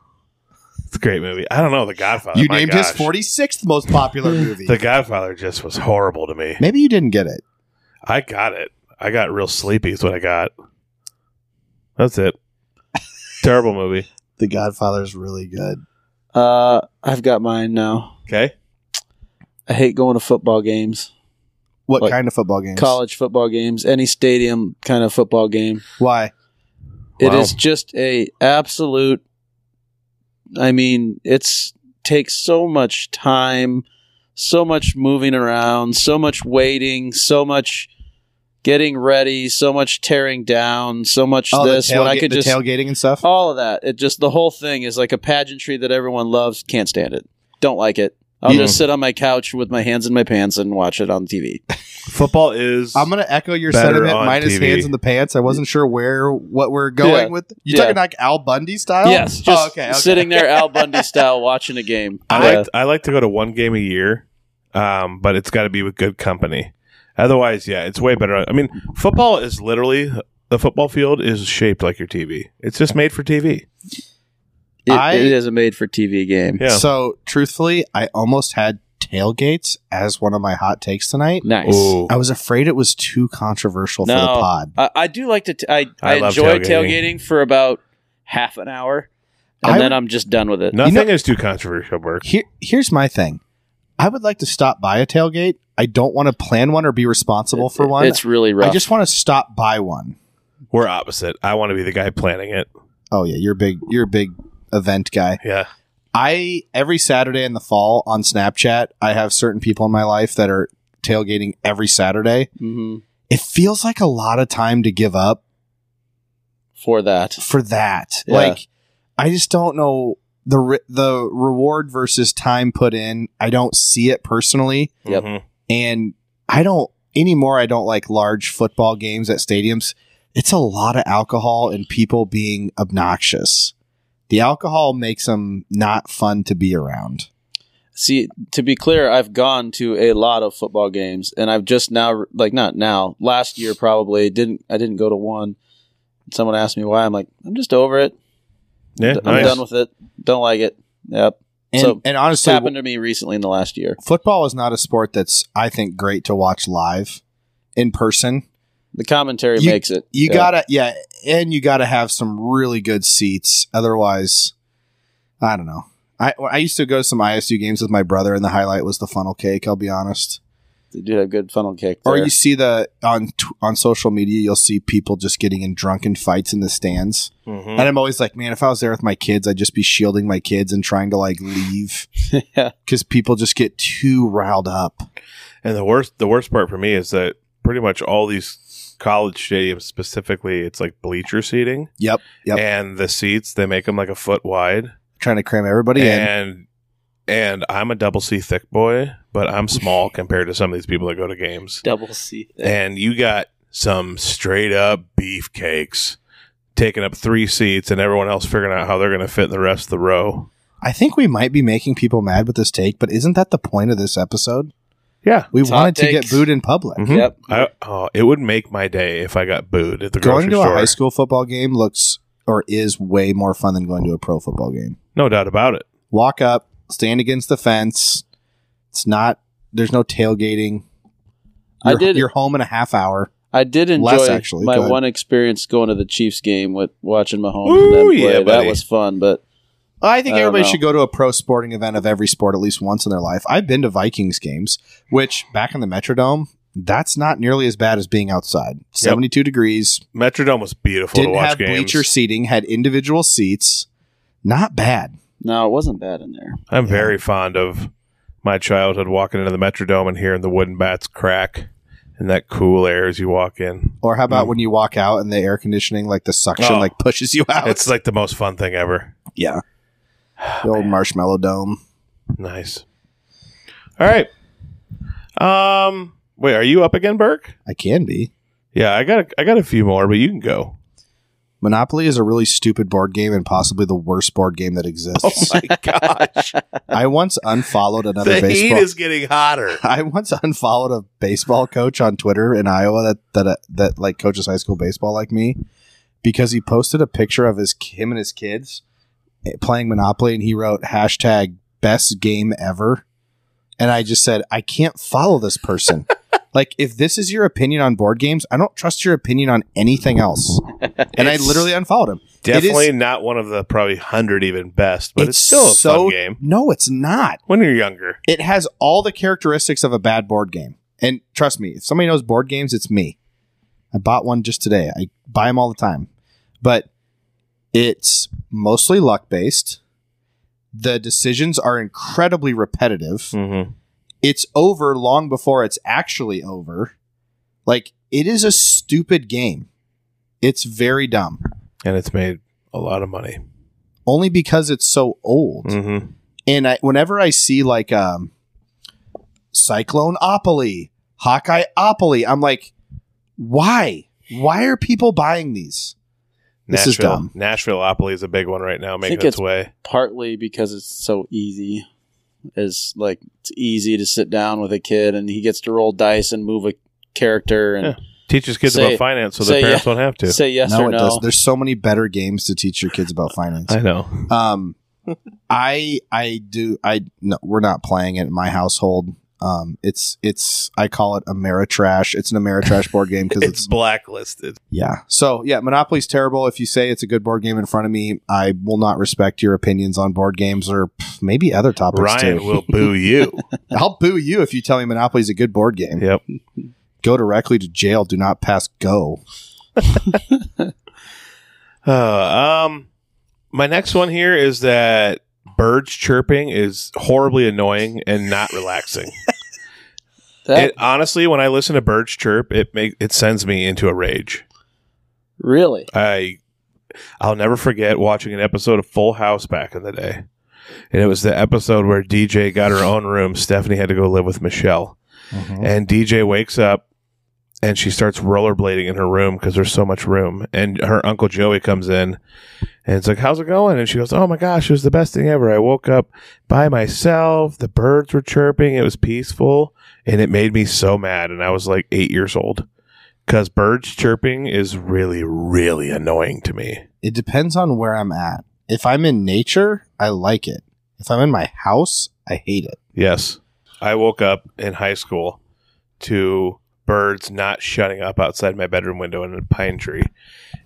It's a great movie. I don't know. The Godfather.
you
my
named his
gosh.
forty sixth most popular movie.
The Godfather just was horrible to me.
Maybe you didn't get it.
I got it. I got real sleepy is what I got. That's it. Terrible movie.
The Godfather's really good.
Uh, I've got mine now.
Okay.
I hate going to football games,
What
Like,
kind of football games?
college football games, any stadium kind of football game.
Why?
It
Wow.
is just a absolute. I mean, it's takes so much time, so much moving around, so much waiting, so much getting ready, so much tearing down, so much
Oh,
this.
the,
when I
tailga-
could
the
just Oh.
tailgating and stuff.
all of that. It just the whole thing is like a pageantry that everyone loves. Can't stand it. Don't like it. I'll
Yeah.
just sit on my couch with my hands in my pants and watch it on TV.
Football is.
I'm gonna echo your
Better
sentiment.
on
Minus
TV.
hands in the pants. I wasn't sure where what we're going
Yeah.
with. You
Yeah.
talking like Al Bundy style?
Yes, just
oh, okay. okay.
sitting there Al Bundy style watching a game.
I
Yeah.
like. I like to go to one game a year. um, but it's got to be with good company. Otherwise, yeah, it's way better. I mean, football is literally the football field is shaped like your TV. It's just made for TV.
It,
I-
it is a made for TV game.
Yeah.
So truthfully, I almost had tailgates as one of my hot takes tonight.
Nice.
Ooh.
I was afraid it was too controversial for
No.
the pod.
I, I do like to. T- I
I
I,
love
enjoy
tailgating.
tailgating. for about half an hour, and
I
then I'm just done with it.
Nothing is too controversial, Burke.
Here, here's my thing. I would like to stop by a tailgate. I don't want to plan one or be responsible for one.
It's really rough.
I just want to stop by one.
We're opposite. I want to be the guy planning it.
Oh yeah, you're a big. You're a big event guy.
Yeah.
I every Saturday in the fall on Snapchat, I have certain people in my life that are tailgating every Saturday.
Mhm.
It feels like a lot of time to give up
for that.
for that.
Yeah.
Like I just don't know the re- the reward versus time put in. I don't see it personally.
Yep.
Mhm.
and I don't anymore. I don't like large football games at stadiums. It's a lot of alcohol and people being obnoxious. The alcohol makes them not fun to be around.
See, to be clear, I've gone to a lot of football games, and I've just now, like, not now, last year probably didn't. I didn't go to one. Someone asked me why. I'm like, I'm just over it.
Yeah.
I'm
nice.
done with it. Don't like it. Yep.
And,
So,
and
It's
honestly,
happened to me recently in the last year.
football is not a sport that's I think great to watch live in person.
The commentary
You-
makes it.
You
Yeah.
gotta yeah, and you gotta have some really good seats. Otherwise, I don't know. I I used to go to some ISU games with my brother, and the highlight was the funnel cake. I'll be honest.
They do have good funnel cake.
Or
there.
you see the on t- on social media, you'll see people just getting in drunken fights in the stands,
Mhm.
and I'm always like, man, if I was there with my kids, I'd just be shielding my kids and trying to like leave
Yeah.
because people just get too riled up.
And the worst, the worst part for me is that pretty much all these college stadiums, specifically, it's like bleacher seating.
Yep, yep.
And the seats, they make them like a foot wide.
Trying to cram everybody in.
And and I'm a double C thick boy, but I'm small compared to some of these people that go to games.
double C.
And you got some straight up beefcakes taking up three seats, and everyone else figuring out how they're going to fit in the rest of the row.
I think we might be making people mad with this take, but isn't that the point of this episode?
Yeah.
We
It's hot
wanted to get
takes. Mm-hmm.
booed in public.
Mhm.
Yep.
I, oh, it would make my day if I got booed at the grocery
Going to a
store.
high school football game looks or is way more fun than going to a pro football game.
no doubt about it.
Walk up, stand against the fence. It's not. There's no tailgating.
I
You're-
did-
You're home in a half hour.
I did enjoy
Less, actually.
my
Go ahead.
one experience going to the Chiefs game with watching Mahomes
Ooh,
and them play.
yeah, buddy.
that was fun, but
I think
I don't
everybody
know.
should go to a pro sporting event of every sport at least once in their life. I've been to Vikings games, which back in the Metrodome, that's not nearly as bad as being outside. 72 degrees,
Metrodome was beautiful to
didn't
watch
have
games.
bleacher seating, had individual seats. Not bad.
no, it wasn't bad in there.
I'm very fond of my childhood walking into the Metrodome and hearing the wooden bats crack and that cool air as you walk in.
Or how about
Mm.
when you walk out and the air conditioning, like the suction,
Oh.
like pushes you out?
It's like the most fun thing ever.
yeah. The old marshmallow dome.
Nice. All right. Um wait, are you up again, Burke?
I can be.
Yeah, I got a, I got a few more, but you can go.
Monopoly is a really stupid board game and possibly the worst board game that exists.
Oh my gosh.
I once unfollowed another
the heat
baseball.
is getting hotter.
I once unfollowed a baseball coach on Twitter in Iowa that that uh, that like coaches high school baseball like me because he posted a picture of his him and his kids eh, playing Monopoly and he wrote hashtag best game ever, and I just said I can't follow this person. like if this is your opinion on board games, I don't trust your opinion on anything else, and I
It's
literally unfollowed him.
Definitely not one of the probably 100 even best, but it's, still a
so
fun game
no, it's not.
when you're younger.
it has all the characteristics of a bad board game. And trust me, if somebody knows board games, it's me. I bought one just today. I buy them all the time. But it's mostly luck based. The decisions are incredibly repetitive.
Mm-hmm.
It's over long before it's actually over. Like, it is a stupid game. It's very dumb.
And it's made a lot of money.
Only because it's so old.
Mm-hmm.
and I, whenever I see like um, Cycloneopoly, Hawkeyeopoly, I'm like, why? Why are people buying these? This is dumb.
Nashvilleopoly is a big one right now, making
think
its
it's-
way.
Partly because it's so easy. is like it's easy to sit down with a kid and he gets to roll dice and move a character and
Teaches kids
Say-
about finance so
say
their parents don't have to.
say yes
no,
or
it
no.
does. There's so many better games to teach your kids about finance.
I know.
Um, I I do I no, we're not playing it in my household. Um, it's it's I call it Ameritrash. It's an Ameritrash board game because it's
blacklisted.
yeah. So yeah, Monopoly's terrible. If you say it's a good board game in front of me, I will not respect your opinions on board games or pff, maybe other topics
Ryan
too.
will boo you.
I'll boo you if you tell me Monopoly's a good board game.
Yep.
Go directly to jail. Do not pass go.
Uh, um, my next one here is that birds chirping is horribly annoying and not relaxing.
That-
It honestly, when I listen to birds chirp, it make it sends me into a rage.
really?
I I'll never forget watching an episode of Full House back in the day. And it was the episode where DJ got her own room. Stephanie had to go live with Michelle.
Mm-hmm.
And DJ wakes up and she starts rollerblading in her room because there's so much room. And her Uncle Joey comes in and it's like, How's it going? And she goes, Oh my gosh, it was the best thing ever. I woke up by myself. The birds were chirping. It was peaceful. And it made me so mad. And I was like eight years old because birds chirping is really, really annoying to me.
It depends on where I'm at. If I'm in nature, I like it. If I'm in my house, I hate it.
Yes. I woke up in high school to birds not shutting up outside my bedroom window in a pine tree.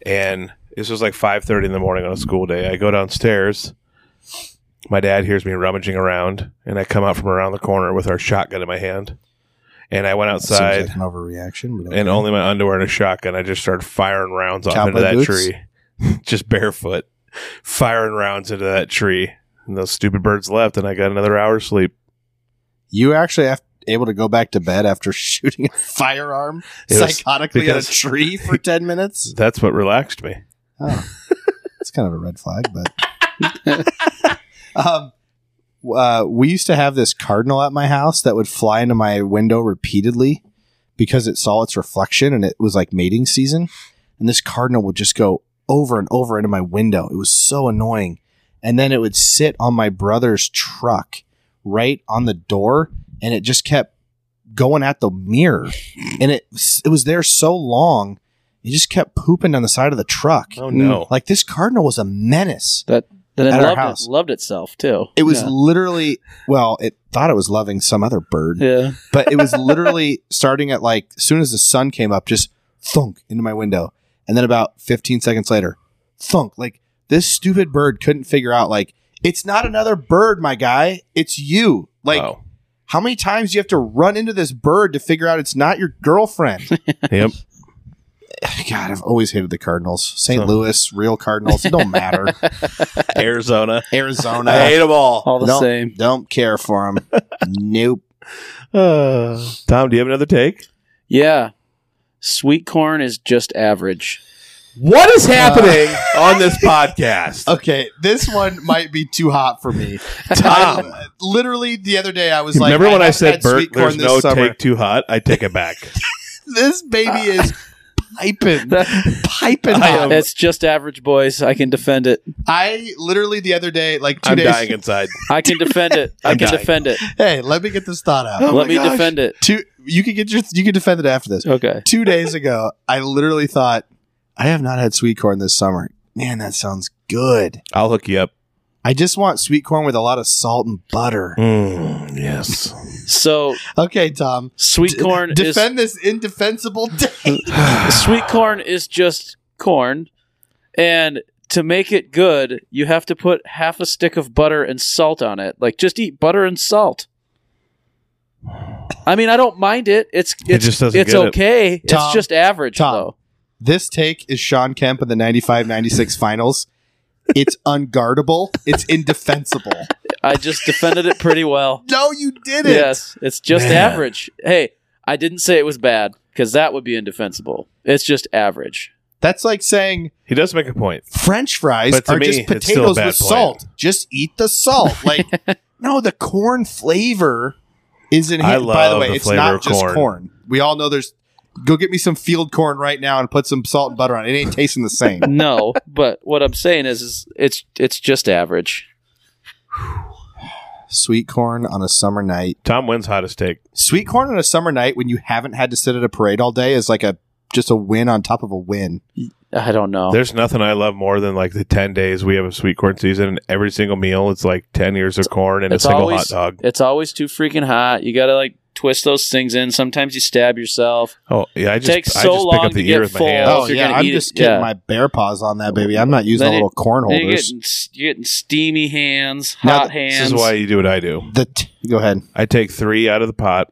And this was like 5:30 in the morning on a school day. I go downstairs. My dad hears me rummaging around and I come out from around the corner with our shotgun in my hand. And I went
Seems
outside
like an overreaction. But okay.
and only my underwear and a shotgun. I just started firing rounds off
Cowboy
into that
boots?
tree, just barefoot, firing rounds into that tree. And those stupid birds left, and I got another hour's sleep.
you actually have able to go back to bed after shooting a firearm
It was
psychotically at a
because-
tree for ten minutes.
That's what relaxed me.
Oh, it's kind of a red flag, but um, uh, we used to have this cardinal at my house that would fly into my window repeatedly because it saw its reflection and it was like mating season. And this cardinal would just go over and over into my window. It was so annoying. And then it would sit on my brother's truck right on the door and it just kept going at the mirror. And it it was there so long. It just kept pooping on the side of the truck.
Oh no!
Like this cardinal was a menace.
Then it
At our
loved,
house.
It, loved itself too.
It was
Yeah.
literally well, it thought it was loving some other bird,
yeah.
but it was literally starting at like as soon as the sun came up, just thunk into my window, and then about 15 seconds later, thunk. Like this stupid bird couldn't figure out like it's not another bird, my guy, it's you. Like
Wow.
how many times do you have to run into this bird to figure out it's not your girlfriend?
yep.
God, I've always hated the Cardinals. St.
So-
Louis, real Cardinals, it don't matter.
Arizona.
Arizona,
I hate them all.
All the
No.
same.
don't care for them. nope.
Uh,
Oh.
Tom, do you have another take?
Yeah. Sweet corn is just average.
What is happening on this podcast?
Okay, this one might be too hot for me.
Tom.
I- literally the other day I was like,
Remember when I
haven't
said
had
Bert,
sweet corn
there's
this
no
summer.
take too hot? I take it back.
This baby is piping, piping
I am-
hot.
It's just average, boys. I can defend it.
I literally the other day, like 2
I'm
days.
dying inside.
I can defend it. I
I'm
can
dying.
defend it.
Hey, let me get this thought
Oh
out.
Let me defend it.
Two, you can get your, you can defend it after this.
Okay.
Two days ago, I literally thought, I have not had sweet corn this summer. Man, that sounds good.
I'll hook you up.
I just want sweet corn with a lot of salt and butter.
Mm, yes.
So
Okay, Tom,
sweet corn is
defend this indefensible take.
sweet corn is just corn and to make it good you have to put half a stick of butter and salt on it like just eat butter and salt i mean i don't mind it it's it's,
It just doesn't
it's
get it.
okay it's
Tom,
just average
Tom.
though
This take is Sean Kemp in the 95 96 finals. It's unguardable. It's indefensible.
i just defended it pretty well
No, you didn't.
yes it's just
Man.
average hey i didn't say it was bad because that would be indefensible it's just average
That's like saying
he does make a point.
French fries
But to
are
me,
just
it's still a
potatoes with
bad point.
salt. Just eat the salt. Like, no, the corn flavor is in
I
here. By the
love
way,
the
it's
flavor
not
of
just
corn.
corn. We all know there's. Go get me some field corn right now and put some salt and butter on it. It ain't tasting the same.
no but what i'm saying is, is it's it's just average
Sweet corn on a summer night.
Tom wins hottest take.
Sweet corn on a summer night when you haven't had to sit at a parade all day is like a just a win on top of a win.
I don't
Oh.
know.
There's nothing I love more than like the 10 days we have a sweet corn season and every single meal it's like 10 ears of corn and a
it's
single
always-
hot dog.
it's always too freaking hot. You gotta like twist those things in. Sometimes you stab yourself.
Oh, yeah, I just
takes
I
so
just pick
long
up the
to
ear
get
with my
full.
hand.
Oh,
Oh
if you're
yeah,
gonna
I'm
eat
just
it-
getting
yeah.
my bear paws on that baby. I'm not using
Then
the
it-
little corn
Then You're
holders.
getting, s- you're getting steamy hands,
Now
hot
This
hands.
is why you do what I do.
The t- go ahead.
I take 3 out of the pot.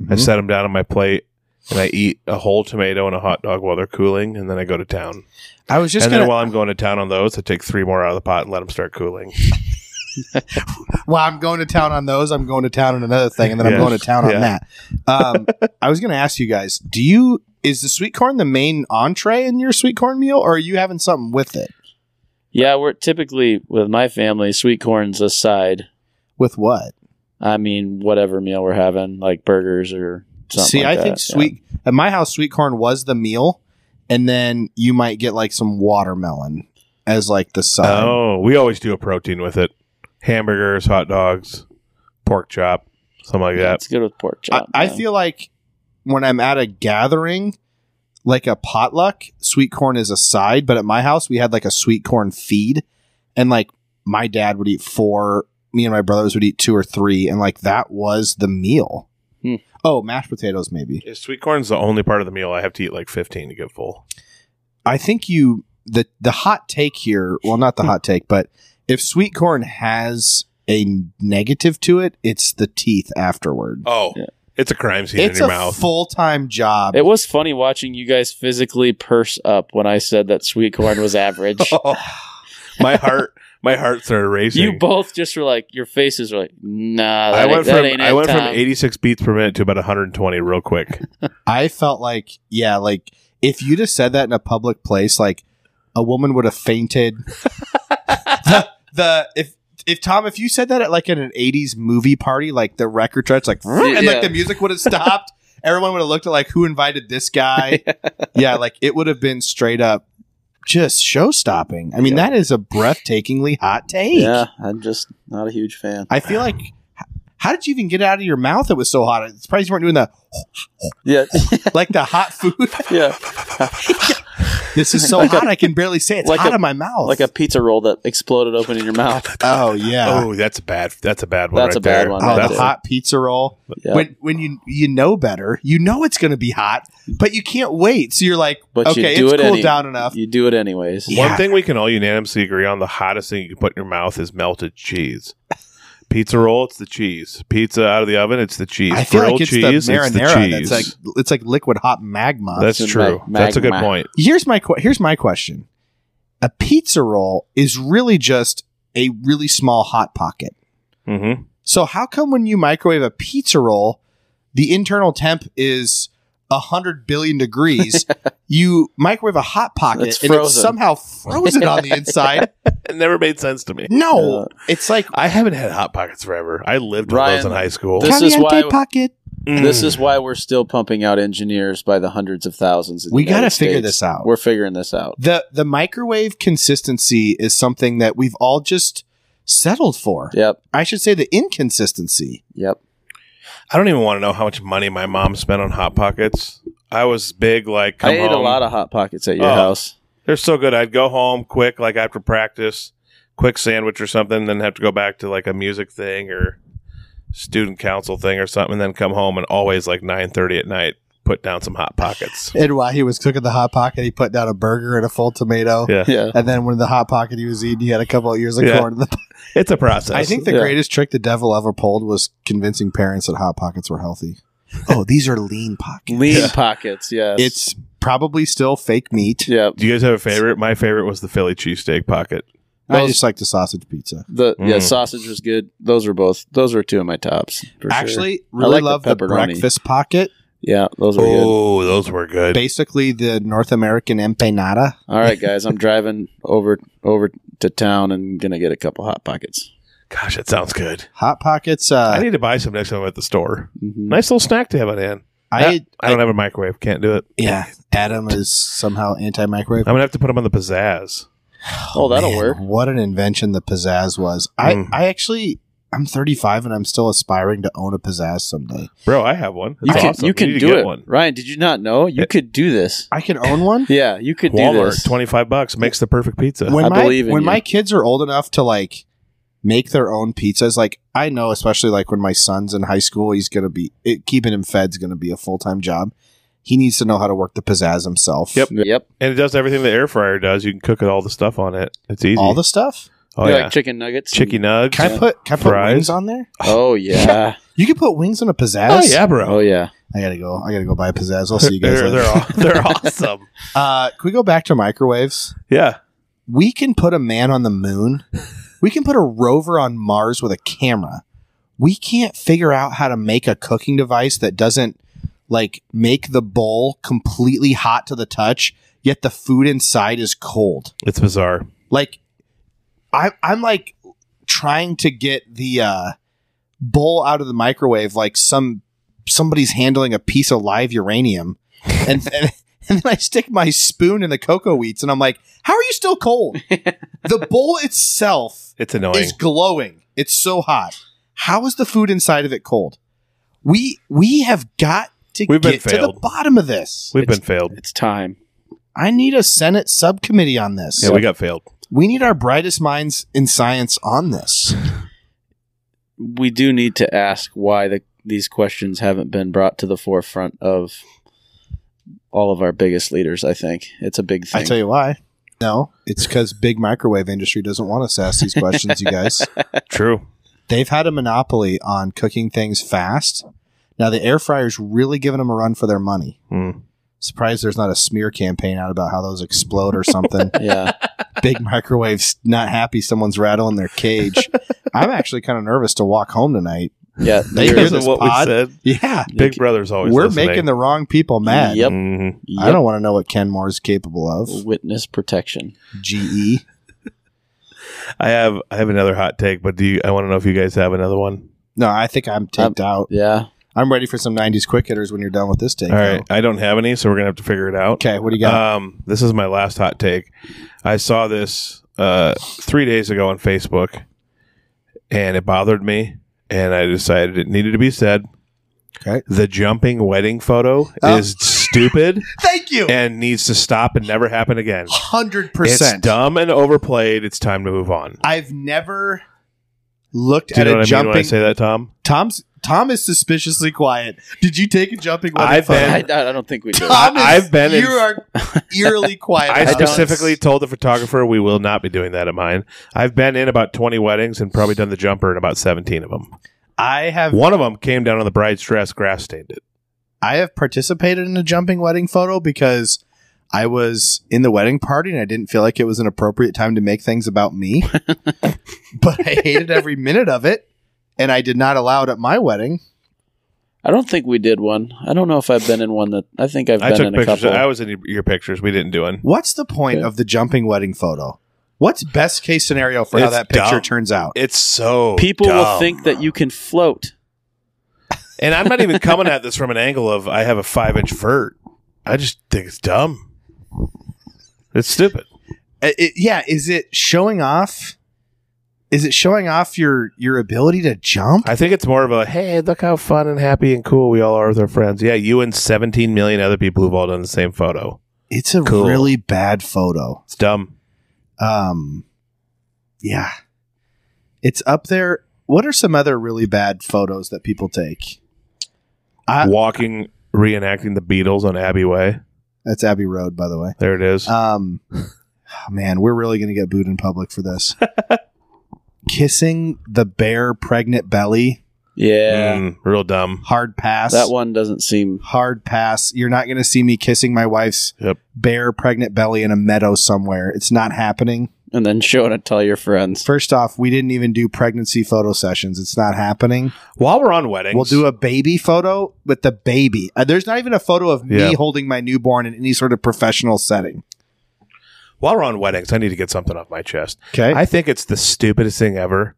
Mm-hmm.
I set them down on my plate and I eat a whole tomato and a hot dog while they're cooling and then I go to town.
I was just
and
gonna
then while I'm going to town on those, I take 3 more out of the pot and let them start cooling.
well, I'm going to town on those. I'm going to town on another thing, and then
Yeah.
I'm going to town
Yeah.
on that. Um, I was going to ask you guys: Do you is the sweet corn the main entree in your sweet corn meal, or are you having something with it?
yeah, we're typically with my family, sweet corns aside.
With what?
I mean, whatever meal we're having, like burgers or something.
See,
like
I
that,
think
yeah.
sweet at my house, sweet corn was the meal, and then you might get like some watermelon as like the side.
oh, we always do a protein with it. Hamburgers, hot dogs, pork chop, something like that.
It's good with pork
I,
chop.
I
yeah.
feel like when I'm at a gathering, like a potluck, sweet corn is a side. But at my house, we had like a sweet corn feed, and like my dad would eat four. Me and my brothers would eat two or three, and like that was the meal.
Hmm.
Oh, mashed potatoes, maybe.
Is sweet corn's the only part of the meal I have to eat like 15 to get full?
I think you the the hot take here. Well, not the hot take, but if sweet corn has a negative to it, it's the teeth afterward.
Oh,
Yeah.
it's a crime scene
It's
in your
a
mouth.
full time job.
It was funny watching you guys physically purse up when I said that sweet corn was average.
Oh.
my heart, my heart started racing.
you both just were like, your faces were like, nah, that
I
ain't,
went
that
from
ain't
I
it,
went from
Tom.
86 beats per minute to about 120 real quick.
I felt like, yeah, like if you'd have said that in a public place, like a woman would have fainted. the, the if if Tom, if you said that at like in an '80s movie party, like the record charts, like and
yeah.
like the music would have stopped. Everyone would have looked at like who invited this guy. yeah, like it would have been straight up just show stopping. I mean,
Yeah.
that is a breathtakingly hot take.
Yeah, I'm just not a huge fan.
I feel like. How did you even get it out of your mouth? It was so hot. It's probably you weren't doing the
Yeah,
like the hot food.
yeah,
This is so
Like a-
hot, I can barely say it. it's
like
hot
a-
in my mouth.
like a pizza roll that exploded open in your mouth.
oh yeah,
oh, that's a bad. That's a bad one.
That's
right
a bad
there.
oh,
one.
the
That's-
dude.
hot pizza roll.
Yeah,
When when you you know better, you know it's going to be hot, but you can't wait. So you're like,
But you
okay,
do
it's
it
cooled
any-
down enough.
you do it anyways.
Yeah.
One thing we can all unanimously agree on: the hottest thing you can put in your mouth is melted cheese. Pizza roll, it's the cheese. Pizza out of the oven, it's the cheese.
I feel
Grilled
like it's
cheese,
the
it's the
marinara
cheese.
that's like it's like liquid hot magma.
That's
It's a
true.
mag-
that's a good
magma.
point.
here's my que- here's my question. A pizza roll is really just a really small hot pocket.
hmm
So how come when you microwave a pizza roll, the internal temp is hundred billion degrees? you microwave a hot pocket
It's
and it's
frozen.
somehow frozen on the inside.
It never made sense to me.
No,
Uh,
it's like
I haven't had hot pockets forever. I lived with
Ryan,
those in high school. Mm.
this is
caliente
why-
pocket.
This is why we're still pumping out engineers by the hundreds of thousands. in the
We got to
United
figure
States.
this out.
We're figuring this out.
the The microwave consistency is something that we've all just settled for.
Yep.
I should say the inconsistency.
Yep.
I don't even want to know how much money my mom spent on hot pockets. I was big, like come
I ate
home.
a lot of hot pockets at your
Oh.
house.
They're so good. I'd go home quick, like after practice, quick sandwich or something, then have to go back to like a music thing or student council thing or something, and then come home and always like nine thirty at night put down some hot pockets.
And while he was cooking the hot pocket, he put down a burger and a full tomato.
Yeah,
Yeah.
And then when the hot pocket he was eating, he had a couple of ears of
Yeah.
corn in the
it's a process.
I think the
Yeah.
greatest trick the devil ever pulled was convincing parents that hot pockets were healthy. Oh, these are lean pockets.
Lean pockets. Yes.
It's probably still fake meat.
Yep.
Do you guys have a favorite? My favorite was the Philly cheesesteak pocket.
I
Those-
just like the sausage pizza.
The yeah
Mm.
sausage was good. Those were both. Those were two of my tops. For sure.
Actually,
I
really
like the
love the,
pepperoni.
breakfast pocket.
yeah, those were good.
Oh, those were good.
Basically, the North American empanada.
All right, guys, I'm driving over over to town and gonna get a couple hot pockets.
Gosh, that sounds good.
Hot pockets.
I
Uh,
need to buy some next time I'm at the store.
Mhm.
Nice little snack to have on hand.
I,
I don't have a microwave. Can't do it.
yeah. Adam is somehow anti-microwave.
I'm gonna have to put them on the pizzazz.
Oh, that'll
Man,
work.
What an invention the pizzazz was. I
Mm.
I actually I'm 35 and I'm still aspiring to own a pizzazz someday.
Bro, I have one.
You
It's
can,
awesome.
you can
need to
do
get
it.
One.
Ryan, did you not know? You
Yeah.
could do this.
I can own one.
Yeah, you could do this.
Walmart, twenty five bucks makes the perfect pizza.
when
I
my,
believe in
when
you.
my kids are old enough to like make their own pizzas like i know especially like when my son's in high school he's gonna be it, keeping him fed's gonna be a full-time job he needs to know how to work the pizzazz himself
Yep.
Yep.
And it does everything the air fryer does. You can cook it all the stuff on it. It's easy.
all the stuff
oh
You
yeah,
like chicken nuggets. and-
chicken nugs.
can i put can i put
Fries.
wings on there
Oh yeah.
you can put wings on a pizzazz
oh yeah, bro.
oh yeah.
i gotta go i gotta go buy a pizzazz i'll see you guys
they're,
later
they're, aw- they're awesome.
uh can we go back to microwaves
Yeah,
we can put a man on the moon. We can put a rover on Mars with a camera. We can't figure out how to make a cooking device that doesn't like make the bowl completely hot to the touch, yet the food inside is cold.
it's bizarre.
Like I I'm like trying to get the uh bowl out of the microwave like some somebody's handling a piece of live uranium. And and, and then I stick my spoon in the cocoa wheats and I'm like, "How are you still cold?" the bowl itself
It's annoying.
is glowing. It's so hot. How is the food inside of it cold? We we have got to
We've been
get to the
failed.
bottom of this.
We've been
it's-
failed.
It's time.
I need a Senate subcommittee on this.
Yeah, we got failed.
we need our brightest minds in science on this.
We do need to ask why the, these questions haven't been brought to the forefront of all of our biggest leaders. I think it's a big thing.
I tell you why. No, it's because big microwave industry doesn't want us to ask these questions, you guys.
True.
They've had a monopoly on cooking things fast. Now the air fryer's really giving them a run for their money.
Mm.
Surprised there's not a smear campaign out about how those explode or something.
yeah.
Big microwaves not happy someone's rattling their cage. I'm actually kind of nervous to walk home tonight.
Yeah.
They
there
hear
Because
is-
this
of what
pod?
we said,
Yeah.
Big Brother's always.
We're
listening.
making the wrong people mad.
Yep.
Mhm.
I don't want to know what Ken Moore is capable of. E.
yep. Witness protection.
GE.
I have I have another hot take, but do you, I want to know if you guys have another one?
No, I think I'm taped out.
Yeah.
I'm ready for some 90s quick hitters when you're done with this take.
All right,
though.
I don't have any, so we're gonna have to figure it out.
Okay, what do you got?
Um, this is my last hot take. I saw this uh, three days ago on Facebook, and it bothered me, and I decided it needed to be said.
Okay.
The jumping wedding photo
Oh.
is stupid
Thank you.
and needs to stop and never happen again.
Hundred
It's
percent.
dumb and overplayed. It's time to move on.
I've never looked
Do you
at
know what I
a
mean when I
jumping.
say that, Tom?
Tom's Tom is suspiciously quiet. Did you take a jumping? wedding
I've
photo?
been-
I, I don't think we do.
I-
Tom is-
I've been in-
You are eerily quiet.
I,
about this.
specifically told the photographer we will not be doing that at mine. I've been in about 20 weddings and probably done the jumper in about 17 of them.
I have.
One of them came down on the bride's dress, grass stained it.
I have participated in a jumping wedding photo because I was in the wedding party and I didn't feel like it was an appropriate time to make things about me. but I hated every minute of it, and I did not allow it at my wedding.
I don't think we did one. I don't know if I've been in one that I think I've
I
been
took
in a
pictures.
couple.
I was in your- your pictures. We didn't do one.
What's the point
Okay.
of the jumping wedding photo? What's best case scenario for how
It's
that picture
dumb.
turns out?
It's so
People will
dumb.
think that you can float.
and I'm not even coming at this from an angle of I have a five inch vert. I just think it's dumb. It's stupid.
Uh, it- yeah, is it showing off? Is it showing off your your ability to jump?
I think it's more of a hey, look how fun and happy and cool we all are with our friends. Yeah, you and 17 million other people who've all done the same photo.
It's a
Cool.
really bad photo.
It's dumb.
Um, yeah, it's up there. What are some other really bad photos that people take? I-
Walking, reenacting the Beatles on Abbey Way.
That's Abbey Road, by the way.
There it is.
Um, oh, man, we're really gonna get booed in public for this. Kissing the bare pregnant belly,
Yeah.
Mm, real dumb.
hard pass.
That one doesn't seem
hard pass. You're not going to see me kissing my wife's
Yep.
bare pregnant belly in a meadow somewhere. It's not happening.
and then show it and tell your friends.
First off, we didn't even do pregnancy photo sessions. It's not happening.
While we're on weddings,
We'll do a baby photo with the baby. Uh, there's not even a photo of
Yeah.
me holding my newborn in any sort of professional setting.
while we're on weddings, I need to get something off my chest.
Okay.
I think it's the stupidest thing ever.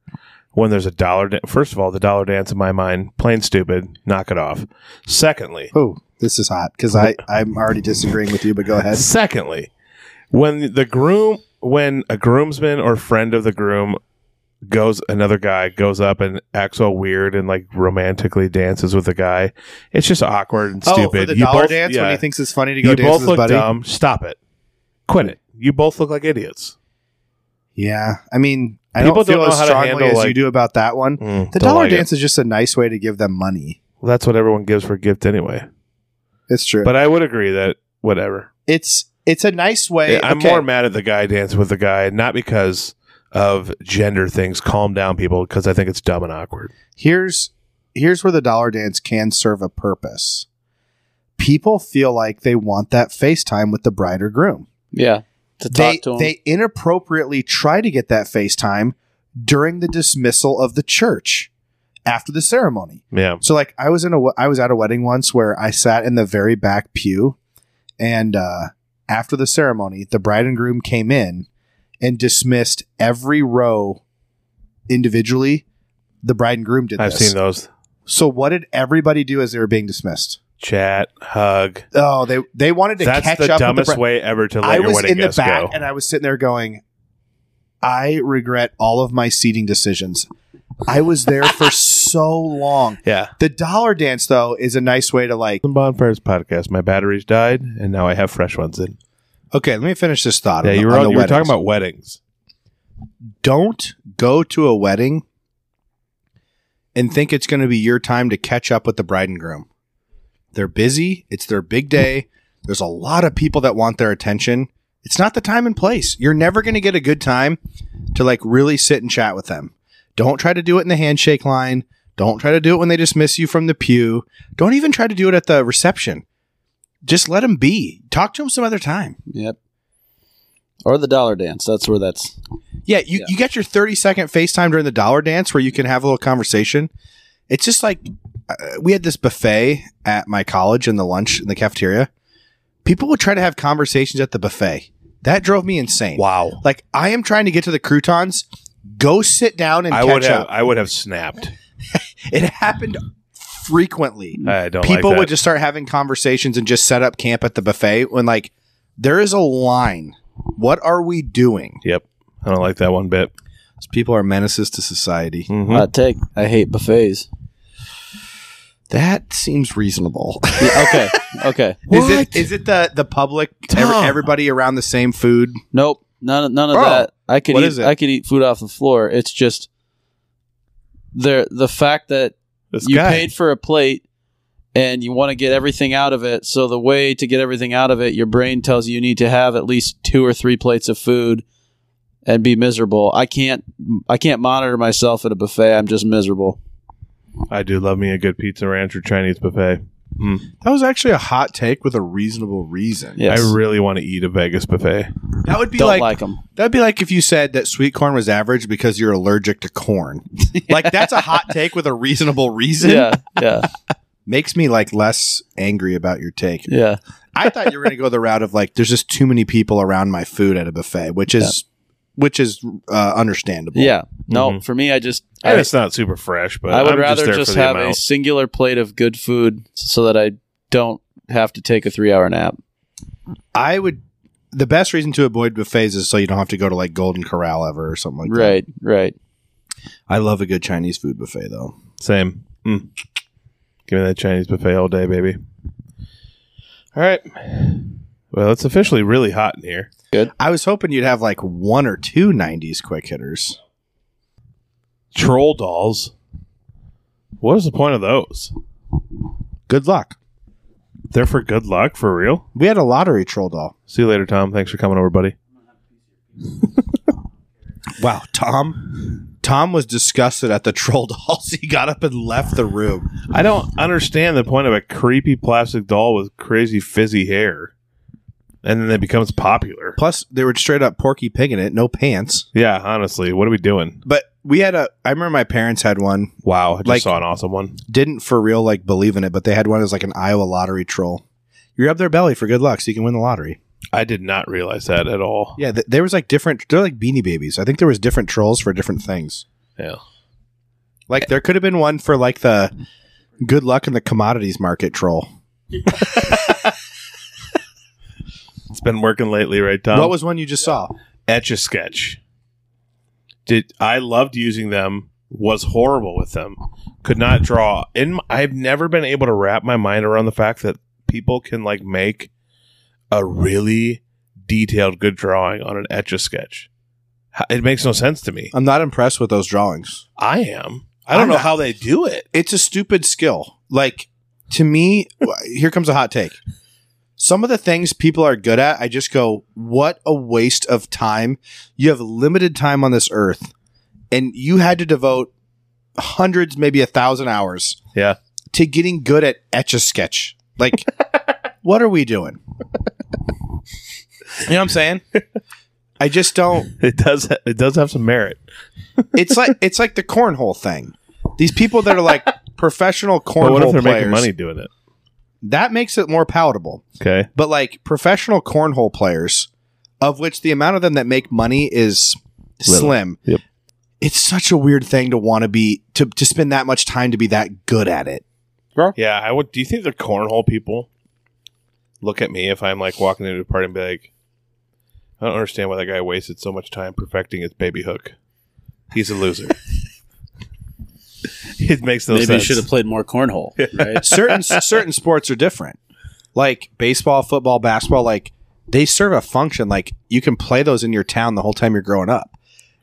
When there's a dollar, da- first of all, the dollar dance in my mind, plain stupid. Knock it off. Secondly,
oh, this is hot because I I'm already disagreeing with you, but go ahead.
secondly, when the groom, when a groomsman or friend of the groom goes another guy goes up and acts all weird and like romantically dances with a guy. It's just awkward and
Oh, for
stupid.
the dollar dance when he thinks it's funny to go
you
dance
both
with his
look
buddy.
dumb. Stop it. Quit it. You both look like idiots.
Yeah, I mean, I
People
don't feel
don't know
as
how to
strongly
handle,
as you
like-
do about that one. The
Don't
dollar
like it.
dance is just a nice way to give them money.
Well, that's what everyone gives for gift anyway.
It's true.
But I would agree that whatever.
it's it's a nice way.
Yeah, I'm
okay.
more mad at the guy dancing with the guy, not because of gender things. Calm down, people, because I think it's dumb and awkward.
here's here's where the dollar dance can serve a purpose. People feel like they want that FaceTime with the bride or groom.
Yeah. To talk
They,
to him.
they inappropriately try to get that FaceTime during the dismissal of the church after the ceremony.
Yeah.
So like I was in a we- I was at a wedding once where I sat in the very back pew and uh after the ceremony the bride and groom came in and dismissed every row individually. The bride and groom did
I've
this.
seen those.
So what did everybody do as they were being dismissed?
Chat, hug.
Oh, they they wanted to
That's
catch
the
up
dumbest
with the bri-
way ever to let
I
your
was
wedding
in the
guests
back
go.
and I was sitting there going I regret all of my seating decisions. I was there for so long.
yeah.
The dollar dance though is a nice way to like.
The Bonfires podcast. My batteries died, and now I have fresh ones in.
Okay, let me finish this thought.
Yeah,
on the-
you were,
on
on,
the
you were talking
weddings.
about weddings.
Don't go to a wedding and think it's going to be your time to catch up with the bride and groom. They're busy. It's their big day. There's a lot of people that want their attention. It's not the time and place. You're never going to get a good time to like really sit and chat with them. Don't try to do it in the handshake line. Don't try to do it when they dismiss you from the pew. Don't even try to do it at the reception. Just let them be. Talk to them some other time.
yep. Or the dollar dance. That's where that's.
Yeah, you,
Yeah.
you get your 30 second FaceTime during the dollar dance where you can have a little conversation. It's just like uh, we had this buffet at my college in the lunch in the cafeteria. People would try to have conversations at the buffet. That drove me insane.
Wow.
Like, I am trying to get to the croutons. Go sit down and
I
catch
would have.
up.
I would have snapped.
It happened frequently.
I don't.
People
like that.
would just start having conversations and just set up camp at the buffet when, like, there is a line. What are we doing?
Yep. I don't like that one bit.
People are menaces to society.
Mhm.
Hot take. I hate buffets.
That seems reasonable.
Yeah, okay. Okay.
Is it is it the the public ev-
Tom.
everybody around the same food?
Nope. None. None of
Bro,
that. I could.
what
eat,
is it?
I could eat food off the floor. It's just there. The fact that
This
you
guy.
paid for a plate and you want to get everything out of it. So the way to get everything out of it, your brain tells you you need to have at least two or three plates of food and be miserable. I can't I can't monitor myself at a buffet. I'm just miserable.
I do love me a good pizza ranch or Chinese buffet.
That was actually a hot take with a reasonable reason.
Yes.
I really want to eat a Vegas buffet.
That would be
don't like,
like,
them.
that'd be like if you said that sweet corn was average because you're allergic to corn. Like that's a hot take with a reasonable reason.
Yeah, yeah,
Makes me like less angry about your take.
yeah.
I thought you were going to go the route of like there's just too many people around my food at a buffet, which is which is uh, understandable.
Yeah. No,
Mhm.
for me I just I,
And it's not super fresh, but
I would
I'm
rather
there
just,
for the
have a
amount.
singular plate of good food so that I don't have to take a 3-hour nap.
I would. The best reason to avoid buffets is so you don't have to go to like Golden Corral ever or something like that.
right, right.
I love a good Chinese food buffet though.
Same. Mm. Give me that Chinese buffet all day, baby. All right. Well, it's officially really hot in here.
I was hoping you'd have like one or two 90s quick hitters.
Troll dolls. What is the point of those?
Good luck.
They're for good luck, for real.
We had a lottery troll doll.
See you later, Tom. Thanks for coming over, buddy.
Wow, Tom. Tom was disgusted at the troll dolls. He got up and left the room.
I don't understand the point of a creepy plastic doll with crazy fizzy hair, and then it becomes popular.
Plus, they were straight up porky pig in it, no pants.
Yeah, honestly, what are we doing?
But we had a I remember my parents had one.
Wow, I just
Like-
saw an awesome one.
Didn't for real like believe in it, but they had one as like an Iowa lottery troll. You rub their belly for good luck so you can win the lottery.
I did not realize that at all.
Yeah, th- there was like different. They're like Beanie Babies. I think there was different trolls for different things.
Yeah.
Like there could have been one for like the good luck in the commodities market troll.
It's been working lately, right, Tom?
what was one you just saw?
Etch a Sketch? did I loved using them. Was horrible with them. Could not draw. In my, I've never been able to wrap my mind around the fact that people can like make a really detailed good drawing on an etch a sketch. It makes no sense to me.
I'm not impressed with those drawings.
I am. I don't
I'm
know
not-
how they do it.
It's a stupid skill. Like to me, here comes a hot take. Some of the things people are good at, I just go, what a waste of time. You have limited time on this earth, and you had to devote hundreds, maybe a thousand hours,
Yeah.
to getting good at etch a sketch. Like, what are we doing? You know what I'm saying? I just don't.
It does. It does have some merit.
It's like it's like the cornhole thing. These people that are like professional
But what if
cornhole
they're
players,
making money doing it?
that makes it more palatable.
Okay.
But like professional cornhole players, of which the amount of them that make money is
Little.
slim.
Yep.
It's such a weird thing to want to be to to spend that much time to be that good at it.
Yeah. I would. Do you think the cornhole people look at me if I'm like walking into a party and be like, I don't understand why that guy wasted so much time perfecting his baby hook. He's a loser. it makes no
Maybe you
sense.
should have played more cornhole, right?
Certain certain sports are different. Like baseball, football, basketball, like they serve a function. Like you can play those in your town the whole time you're growing up.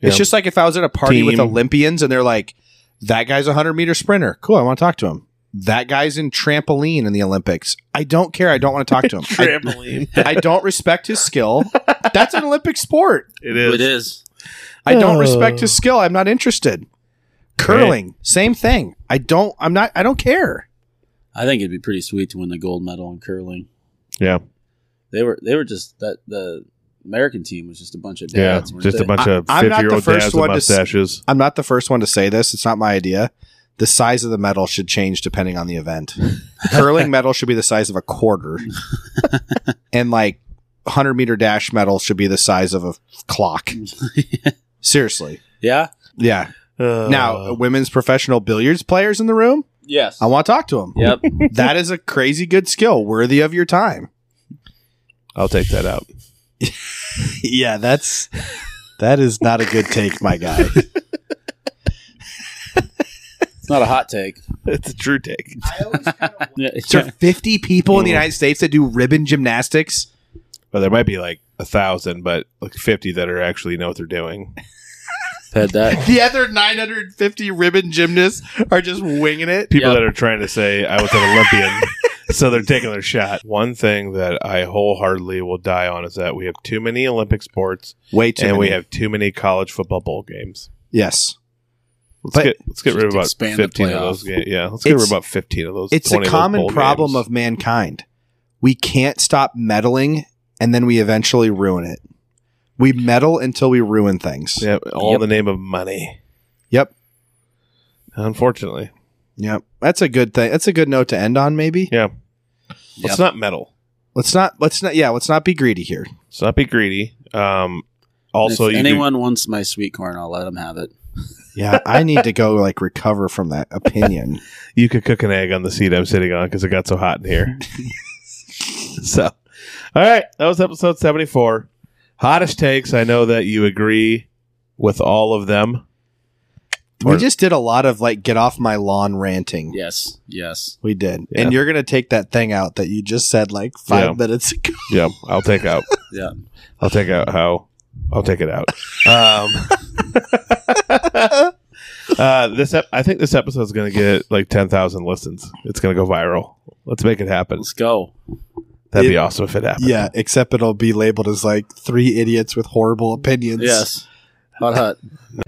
It's
Yeah.
just like if I was at a party with
Team.
Olympians and they're like, that guy's a 100 meter sprinter. Cool. I want to talk to him. That guy's in trampoline in the Olympics. I don't care. I don't want to talk to him. I,
trampoline.
I don't respect his skill. That's an Olympic sport.
it is.
It is.
I don't
Oh.
respect his skill. I'm not interested. Curling, same thing. I don't, I'm not, I don't care.
I think it'd be pretty sweet to win the gold medal in curling.
Yeah.
They were they were just that the American team was just a bunch of
Yeah.
dads. weren't
Just a
they?
bunch
I-
of
I'm not the
fifty-year-old
first
dads with
one to s-
mustaches.
I'm not the first one to say this. It's not my idea. The size of the medal should change depending on the event. Curling medal should be the size of a quarter, and like 100 meter dash medal should be the size of a clock. Seriously.
Yeah.
Yeah.
Uh,
now, women's professional billiards players in the room,
Yes.
I want to talk to them.
Yep.
That is a crazy good skill worthy of your time.
I'll take that out.
yeah, that's that is not a good take, my guy.
It's not a hot take.
It's a true take.
Yeah.
Is there 50 people in the United States that do ribbon gymnastics?
Well, there might be like a thousand, but like fifty that are actually know what they're doing.
Had that.
The other 950 ribbon gymnasts are just winging it.
People
Yep.
that are trying to say I was an Olympian, so they're taking their shot. One thing that I wholeheartedly will die on is that we have too many Olympic sports
Way too
and we
many.
have too many college football bowl games.
yes.
Let's
But-
get let's get rid of
Just
about
expand the
fifteen of
playoff.
those. Games. Yeah, let's get rid of
It's-
about fifteen of those.
It's
20
a
of those
common
bowl
problem
games.
of mankind. We can't stop meddling and then we eventually ruin it. We meddle until we ruin things.
yeah, all
Yep.
in the name of money.
Yep.
Unfortunately,
Yep. That's a good thing. That's a good note to end on maybe.
yeah. Let's
Yep.
not meddle.
Let's not let's not yeah, let's not be greedy here.
Let's not be greedy. Um, also,
if
you
anyone wants my sweet corn, I'll let them have it.
Yeah, I need to go like recover from that opinion.
you could cook an egg on the seat I'm sitting on because it got so hot in here. so, all right, that was episode 74. Hottest takes. I know that you agree with all of them.
we
Or-
just did a lot of like get off my lawn ranting.
Yes. Yes.
We did.
Yeah.
And you're going to take that thing out that you just said like 5
Yeah.
minutes ago.
Yeah, I'll take out.
Yeah.
I'll take out how. I'll take it out. Um, uh, this ep- I think this episode is going to get like 10,000 listens. It's going to go viral. Let's make it happen.
Let's go.
That'd be awesome if it happened.
Yeah, except it'll be labeled as like three idiots with horrible opinions.
Yes. Hot hot.